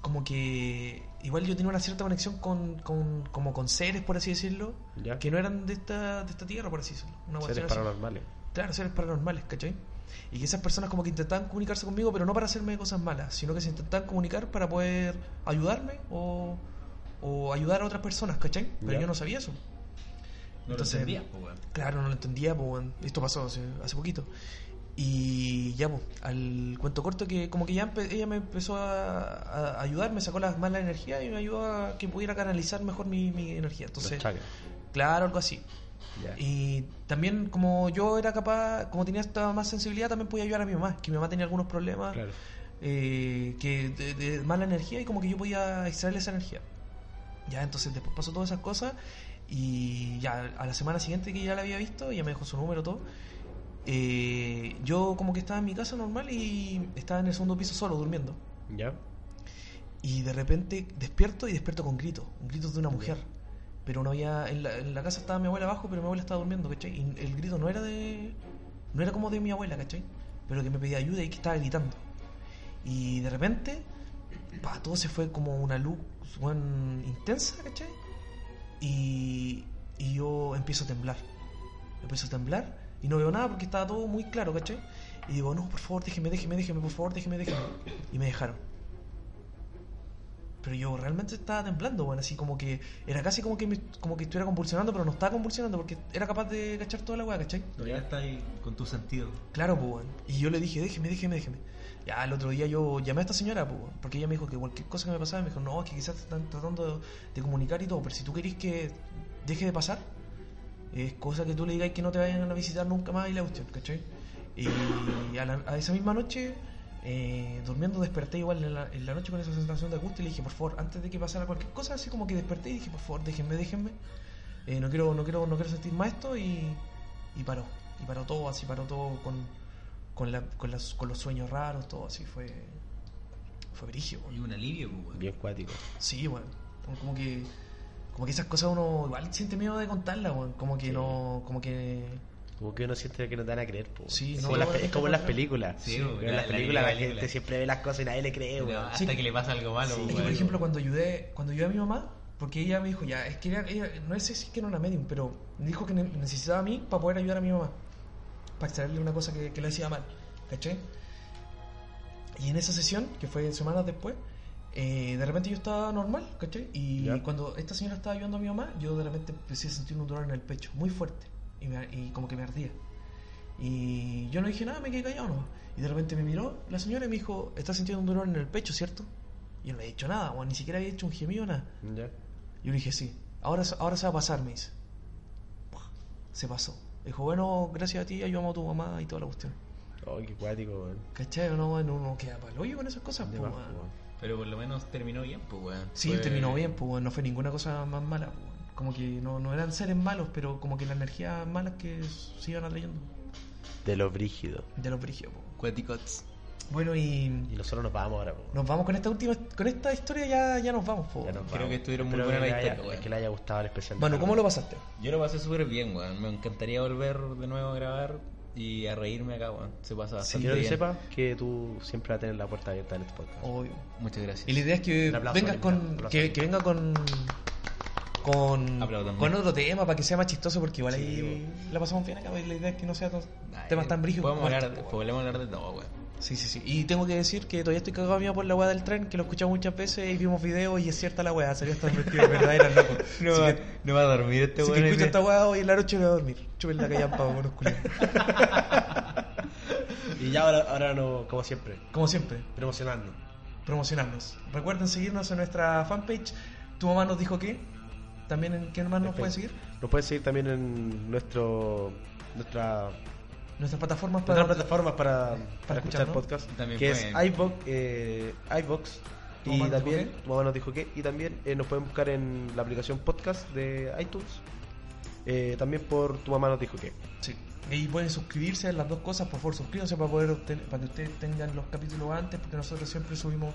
Speaker 2: como que igual yo tenía una cierta conexión con, con- como con seres, por así decirlo,
Speaker 1: Ya.
Speaker 2: que no eran de esta, de esta tierra, por así decirlo.
Speaker 1: Seres
Speaker 2: Una cuestión así.
Speaker 1: paranormales.
Speaker 2: Claro, seres paranormales, ¿cachai? Y que esas personas como que intentaban comunicarse conmigo, pero no para hacerme cosas malas, sino que se intentaban comunicar para poder ayudarme o, o ayudar a otras personas, ¿cachai? Pero
Speaker 1: Ya.
Speaker 2: yo no sabía eso.
Speaker 3: No lo
Speaker 2: Entonces-
Speaker 3: entendías, pues, weón.
Speaker 2: Claro, no lo entendía, pues, weón. esto pasó hace, hace poquito. Y ya, pues, al cuento corto que como que ya empe- ella me empezó a, a ayudar, me sacó las malas energías y me ayudó a que pudiera canalizar mejor mi, mi energía.
Speaker 1: Los
Speaker 2: Entonces,
Speaker 1: chakras.
Speaker 2: claro, algo así.
Speaker 1: Ya.
Speaker 2: Y también como yo era capaz, como tenía esta más sensibilidad, también podía ayudar a mi mamá, que mi mamá tenía algunos problemas
Speaker 1: Claro.
Speaker 2: eh, que de, de mala energía y como que yo podía extraerle esa energía. Ya, entonces después pasó todas esas cosas y ya a la semana siguiente que ya la había visto, ya me dejó su número todo. eh, yo como que estaba en mi casa normal y estaba en el segundo piso solo durmiendo.
Speaker 1: Ya.
Speaker 2: Y de repente despierto y despierto con gritos, gritos de una mujer. Pero no había. En la, en la casa estaba mi abuela abajo, pero mi abuela estaba durmiendo, ¿cachai? Y el grito no era de. No era como de mi abuela, ¿cachai? Pero que me pedía ayuda y que estaba gritando. Y de repente. Pa, todo se fue como una luz weón, intensa, ¿cachai? Y, y yo empiezo a temblar. Empiezo a temblar y no veo nada porque estaba todo muy claro, ¿cachai? Y digo, no, por favor, déjeme, déjeme, déjeme, por favor, déjeme, déjeme. Y me dejaron. Pero yo realmente estaba temblando, bueno, así como que era casi como que, me- como que estuviera convulsionando, pero no estaba convulsionando porque era capaz de cachar toda la weá, ¿cachai?
Speaker 3: Todavía está ahí con tu sentido.
Speaker 2: Claro, pues, weón. Y yo le dije, déjeme, déjeme, déjeme. Ya el otro día yo llamé a esta señora, pues, weón, porque ella me dijo que cualquier cosa que me pasaba, me dijo, no, es que quizás te están tratando de comunicar y todo, pero si tú querés que deje de pasar, es cosa que tú le digas que no te vayan a visitar nunca más y la cuestión, ¿cachai? Y a, la- a esa misma noche, eh, durmiendo, desperté igual en la, en la noche con esa sensación de angustia y le dije, por favor, antes de que pasara cualquier cosa, así como que desperté y dije, por favor, déjenme, déjenme. Eh, no, quiero, no, quiero, no quiero sentir más esto y, y paró. Y paró todo, así paró todo con, con, la- con las- con los sueños raros, todo así fue. Fue brígido, weón.
Speaker 3: Y un alivio, pues, weón.
Speaker 1: Bien cuático.
Speaker 2: Sí, weón. Como que. Como que esas cosas uno igual siente miedo de contarlas, weón. Como que
Speaker 1: Sí.
Speaker 2: no. Como que.
Speaker 1: Como que uno siente que no te van a creer, po.
Speaker 2: Sí,
Speaker 1: es,
Speaker 2: no,
Speaker 1: como las,
Speaker 2: no,
Speaker 1: es como en las películas.
Speaker 3: Sí,
Speaker 1: Como
Speaker 3: weón,
Speaker 1: en
Speaker 3: la-
Speaker 1: las
Speaker 3: la
Speaker 1: películas la,
Speaker 3: película.
Speaker 1: gente siempre ve las cosas y nadie le cree,
Speaker 3: No,
Speaker 1: weón.
Speaker 3: hasta
Speaker 2: Sí.
Speaker 3: que le pasa algo malo,
Speaker 1: Sí,
Speaker 2: Es que,
Speaker 3: weón.
Speaker 2: por ejemplo, cuando ayudé, cuando ayudé a mi mamá, porque ella me dijo, ya, es que era- ella- no sé si es que era una medium, pero me dijo que ne- necesitaba a mí para poder ayudar a mi mamá, para extraerle una cosa que, que le hacía mal, ¿cachai? Y en esa sesión, que fue semanas después, eh, de repente yo estaba normal, ¿cachai? Y
Speaker 1: Ya.
Speaker 2: cuando esta señora estaba ayudando a mi mamá, yo de repente empecé a sentir un dolor en el pecho, muy fuerte, y, me- y como que me ardía. Y yo no dije nada, me quedé callado nomás. Y de repente me miró la señora y me dijo, ¿estás sintiendo un dolor en el pecho, cierto? Yo no he dicho nada, weón, ni siquiera había hecho un gemido, nada.
Speaker 1: Ya.
Speaker 2: Yo le dije, sí, ahora, se- ahora se va a pasar, me dice. Pua, Se pasó. Dijo, bueno, gracias a ti ayudamos a tu mamá y toda la cuestión.
Speaker 1: Oh, qué cuático, weón.
Speaker 2: ¿Cachai? No, bueno, uno queda pa'l hoyo con esas cosas,
Speaker 1: De
Speaker 2: pues,
Speaker 1: más,
Speaker 2: weón.
Speaker 1: po, weón.
Speaker 3: Pero por lo menos terminó bien, pues, weón.
Speaker 2: Sí,
Speaker 3: Fue-
Speaker 2: terminó bien, pues, weón, no fue ninguna cosa más mala, pues, weón. Como que no, no eran seres malos, pero como que las energías malas que se iban atrayendo
Speaker 1: De lo brígido.
Speaker 2: de los brígidos, pues.
Speaker 3: Cuaticots.
Speaker 2: Bueno, y
Speaker 1: Y nosotros nos vamos ahora, po.
Speaker 2: Nos vamos con esta última, con esta historia ya, ya nos vamos, pues. po.
Speaker 1: Ya nos
Speaker 3: Creo
Speaker 1: vamos.
Speaker 3: que estuvieron muy
Speaker 1: Espero
Speaker 3: buena
Speaker 1: que
Speaker 3: la
Speaker 1: le
Speaker 3: historia,
Speaker 1: haya-
Speaker 3: weón.
Speaker 1: Que le haya gustado el especial. de
Speaker 2: Manu, ¿cómo lo
Speaker 1: Halloween.
Speaker 2: pasaste?
Speaker 3: Yo lo pasé súper bien, weón. Me encantaría volver de nuevo a grabar y a reírme acá, weón. Se pasa bastante
Speaker 1: Quiero que
Speaker 3: bien.
Speaker 1: sepas que tú siempre vas a tener la puerta abierta en este podcast.
Speaker 2: Obvio.
Speaker 3: Muchas gracias.
Speaker 2: Y la idea es que
Speaker 1: Un aplauso,
Speaker 2: vengas
Speaker 1: Linda, un
Speaker 2: con.
Speaker 1: aplauso.
Speaker 2: Que, que venga con. Con,
Speaker 3: Aplaudan.
Speaker 2: con otro tema para que sea más chistoso, porque igual
Speaker 1: Sí, eh,
Speaker 2: ahí la pasamos bien acá. y La idea es que no sea tan-
Speaker 3: Ay,
Speaker 2: temas tan brígidos.
Speaker 3: Podemos
Speaker 2: como
Speaker 3: hablar,
Speaker 2: este, po.
Speaker 3: podemos hablar de todo, weón.
Speaker 2: Sí, sí, sí. Y tengo que decir que todavía estoy cagado mío por la weá del tren, que lo he escuchado muchas veces y vimos videos y es cierta la weá. Salió hasta el vestido, de verdad, era loco. Así que-
Speaker 3: no va a dormir este
Speaker 2: Si que escucha esta weá hoy en la noche, voy a dormir. Chupen la callampa, buenos culiados.
Speaker 1: Y ya ahora, ahora no, como siempre,
Speaker 2: Como siempre.
Speaker 1: promocionando.
Speaker 2: promocionarnos. Recuerden seguirnos en nuestra fanpage. Tu mamá nos dijo que. También en qué más nos
Speaker 1: Perfecto.
Speaker 2: pueden seguir.
Speaker 1: Nos pueden seguir también en nuestro nuestra
Speaker 2: Nuestras plataformas para.
Speaker 1: nuestras plataformas para, para, escuchar
Speaker 2: escucharnos.
Speaker 1: podcast
Speaker 3: También
Speaker 1: que
Speaker 3: pueden-
Speaker 1: es iVox, eh, iVox
Speaker 2: Tu mamá
Speaker 1: y
Speaker 2: nos
Speaker 1: también
Speaker 2: dijo que.
Speaker 1: tu mamá nos dijo que y también eh, nos pueden buscar en la aplicación podcast de iTunes eh, también por tu mamá nos dijo que
Speaker 2: Sí. Y pueden suscribirse a las dos cosas. Por favor, suscríbanse para poder obtener- para que ustedes tengan los capítulos antes, porque nosotros siempre subimos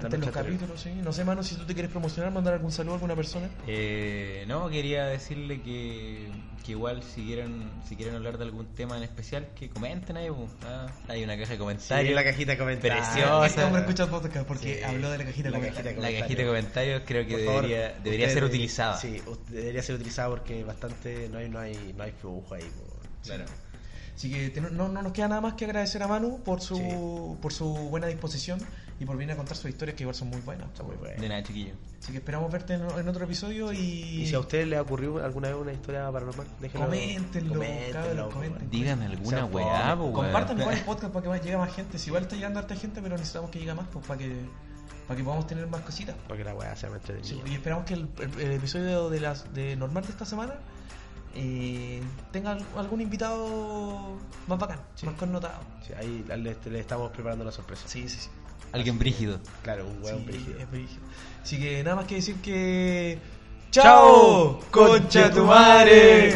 Speaker 2: Antes los
Speaker 1: noche anterior.
Speaker 2: capítulos, sí. No sé, mano, si tú te quieres promocionar, mandar algún saludo a alguna persona.
Speaker 3: Eh, no, quería decirle que, que igual si quieren, si quieren hablar de algún tema en especial, que comenten ahí. po. Ah, hay una caja de comentarios.
Speaker 1: Sí, la cajita de comentarios.
Speaker 3: Preciosa.
Speaker 2: Este hombre escucha el podcast porque
Speaker 1: Sí.
Speaker 2: habló de la cajita este de
Speaker 1: La
Speaker 2: comentarios.
Speaker 1: cajita
Speaker 3: La cajita de comentarios creo que
Speaker 1: Por favor,
Speaker 3: debería, debería
Speaker 1: ustedes
Speaker 3: ser
Speaker 1: deben-
Speaker 3: utilizada.
Speaker 1: Sí, u- debería ser utilizada porque bastante no hay, no hay, no hay flujo ahí. po.
Speaker 3: Claro.
Speaker 2: Así que te- no, no nos queda nada más que agradecer a Manu por su,
Speaker 1: Sí.
Speaker 2: por su buena disposición y por venir a contar sus historias que igual son muy buenas.
Speaker 1: Está muy bueno.
Speaker 3: De nada, chiquillo.
Speaker 2: Así que esperamos verte en, en otro episodio y...
Speaker 1: Y si a ustedes les ha ocurrido alguna vez una historia paranormal, déjenlo.
Speaker 2: Coméntenlo, cabros,
Speaker 1: po,
Speaker 2: comenten.
Speaker 1: bueno.
Speaker 3: Díganme alguna
Speaker 1: Sean
Speaker 3: weá,
Speaker 1: fome.
Speaker 3: po, weón.
Speaker 2: Compartan igual el podcast para que más- llegue más gente. Si igual está llegando harta gente, pero necesitamos que llegue más pues, para que para que podamos tener más cositas.
Speaker 1: Para que la weá sea más
Speaker 2: Sí,
Speaker 1: entretenida.
Speaker 2: y esperamos que el, el- el episodio de las de normal de esta semana eh, tenga al- algún invitado más bacán, más connotado.
Speaker 1: Sí, ahí le, le estamos preparando la sorpresa.
Speaker 2: Sí, sí, sí.
Speaker 3: Alguien brígido.
Speaker 1: Claro, un weón
Speaker 2: Sí,
Speaker 1: brígido.
Speaker 2: es brígido. Así que nada más que decir que.
Speaker 1: ¡Chao, concha tu madre!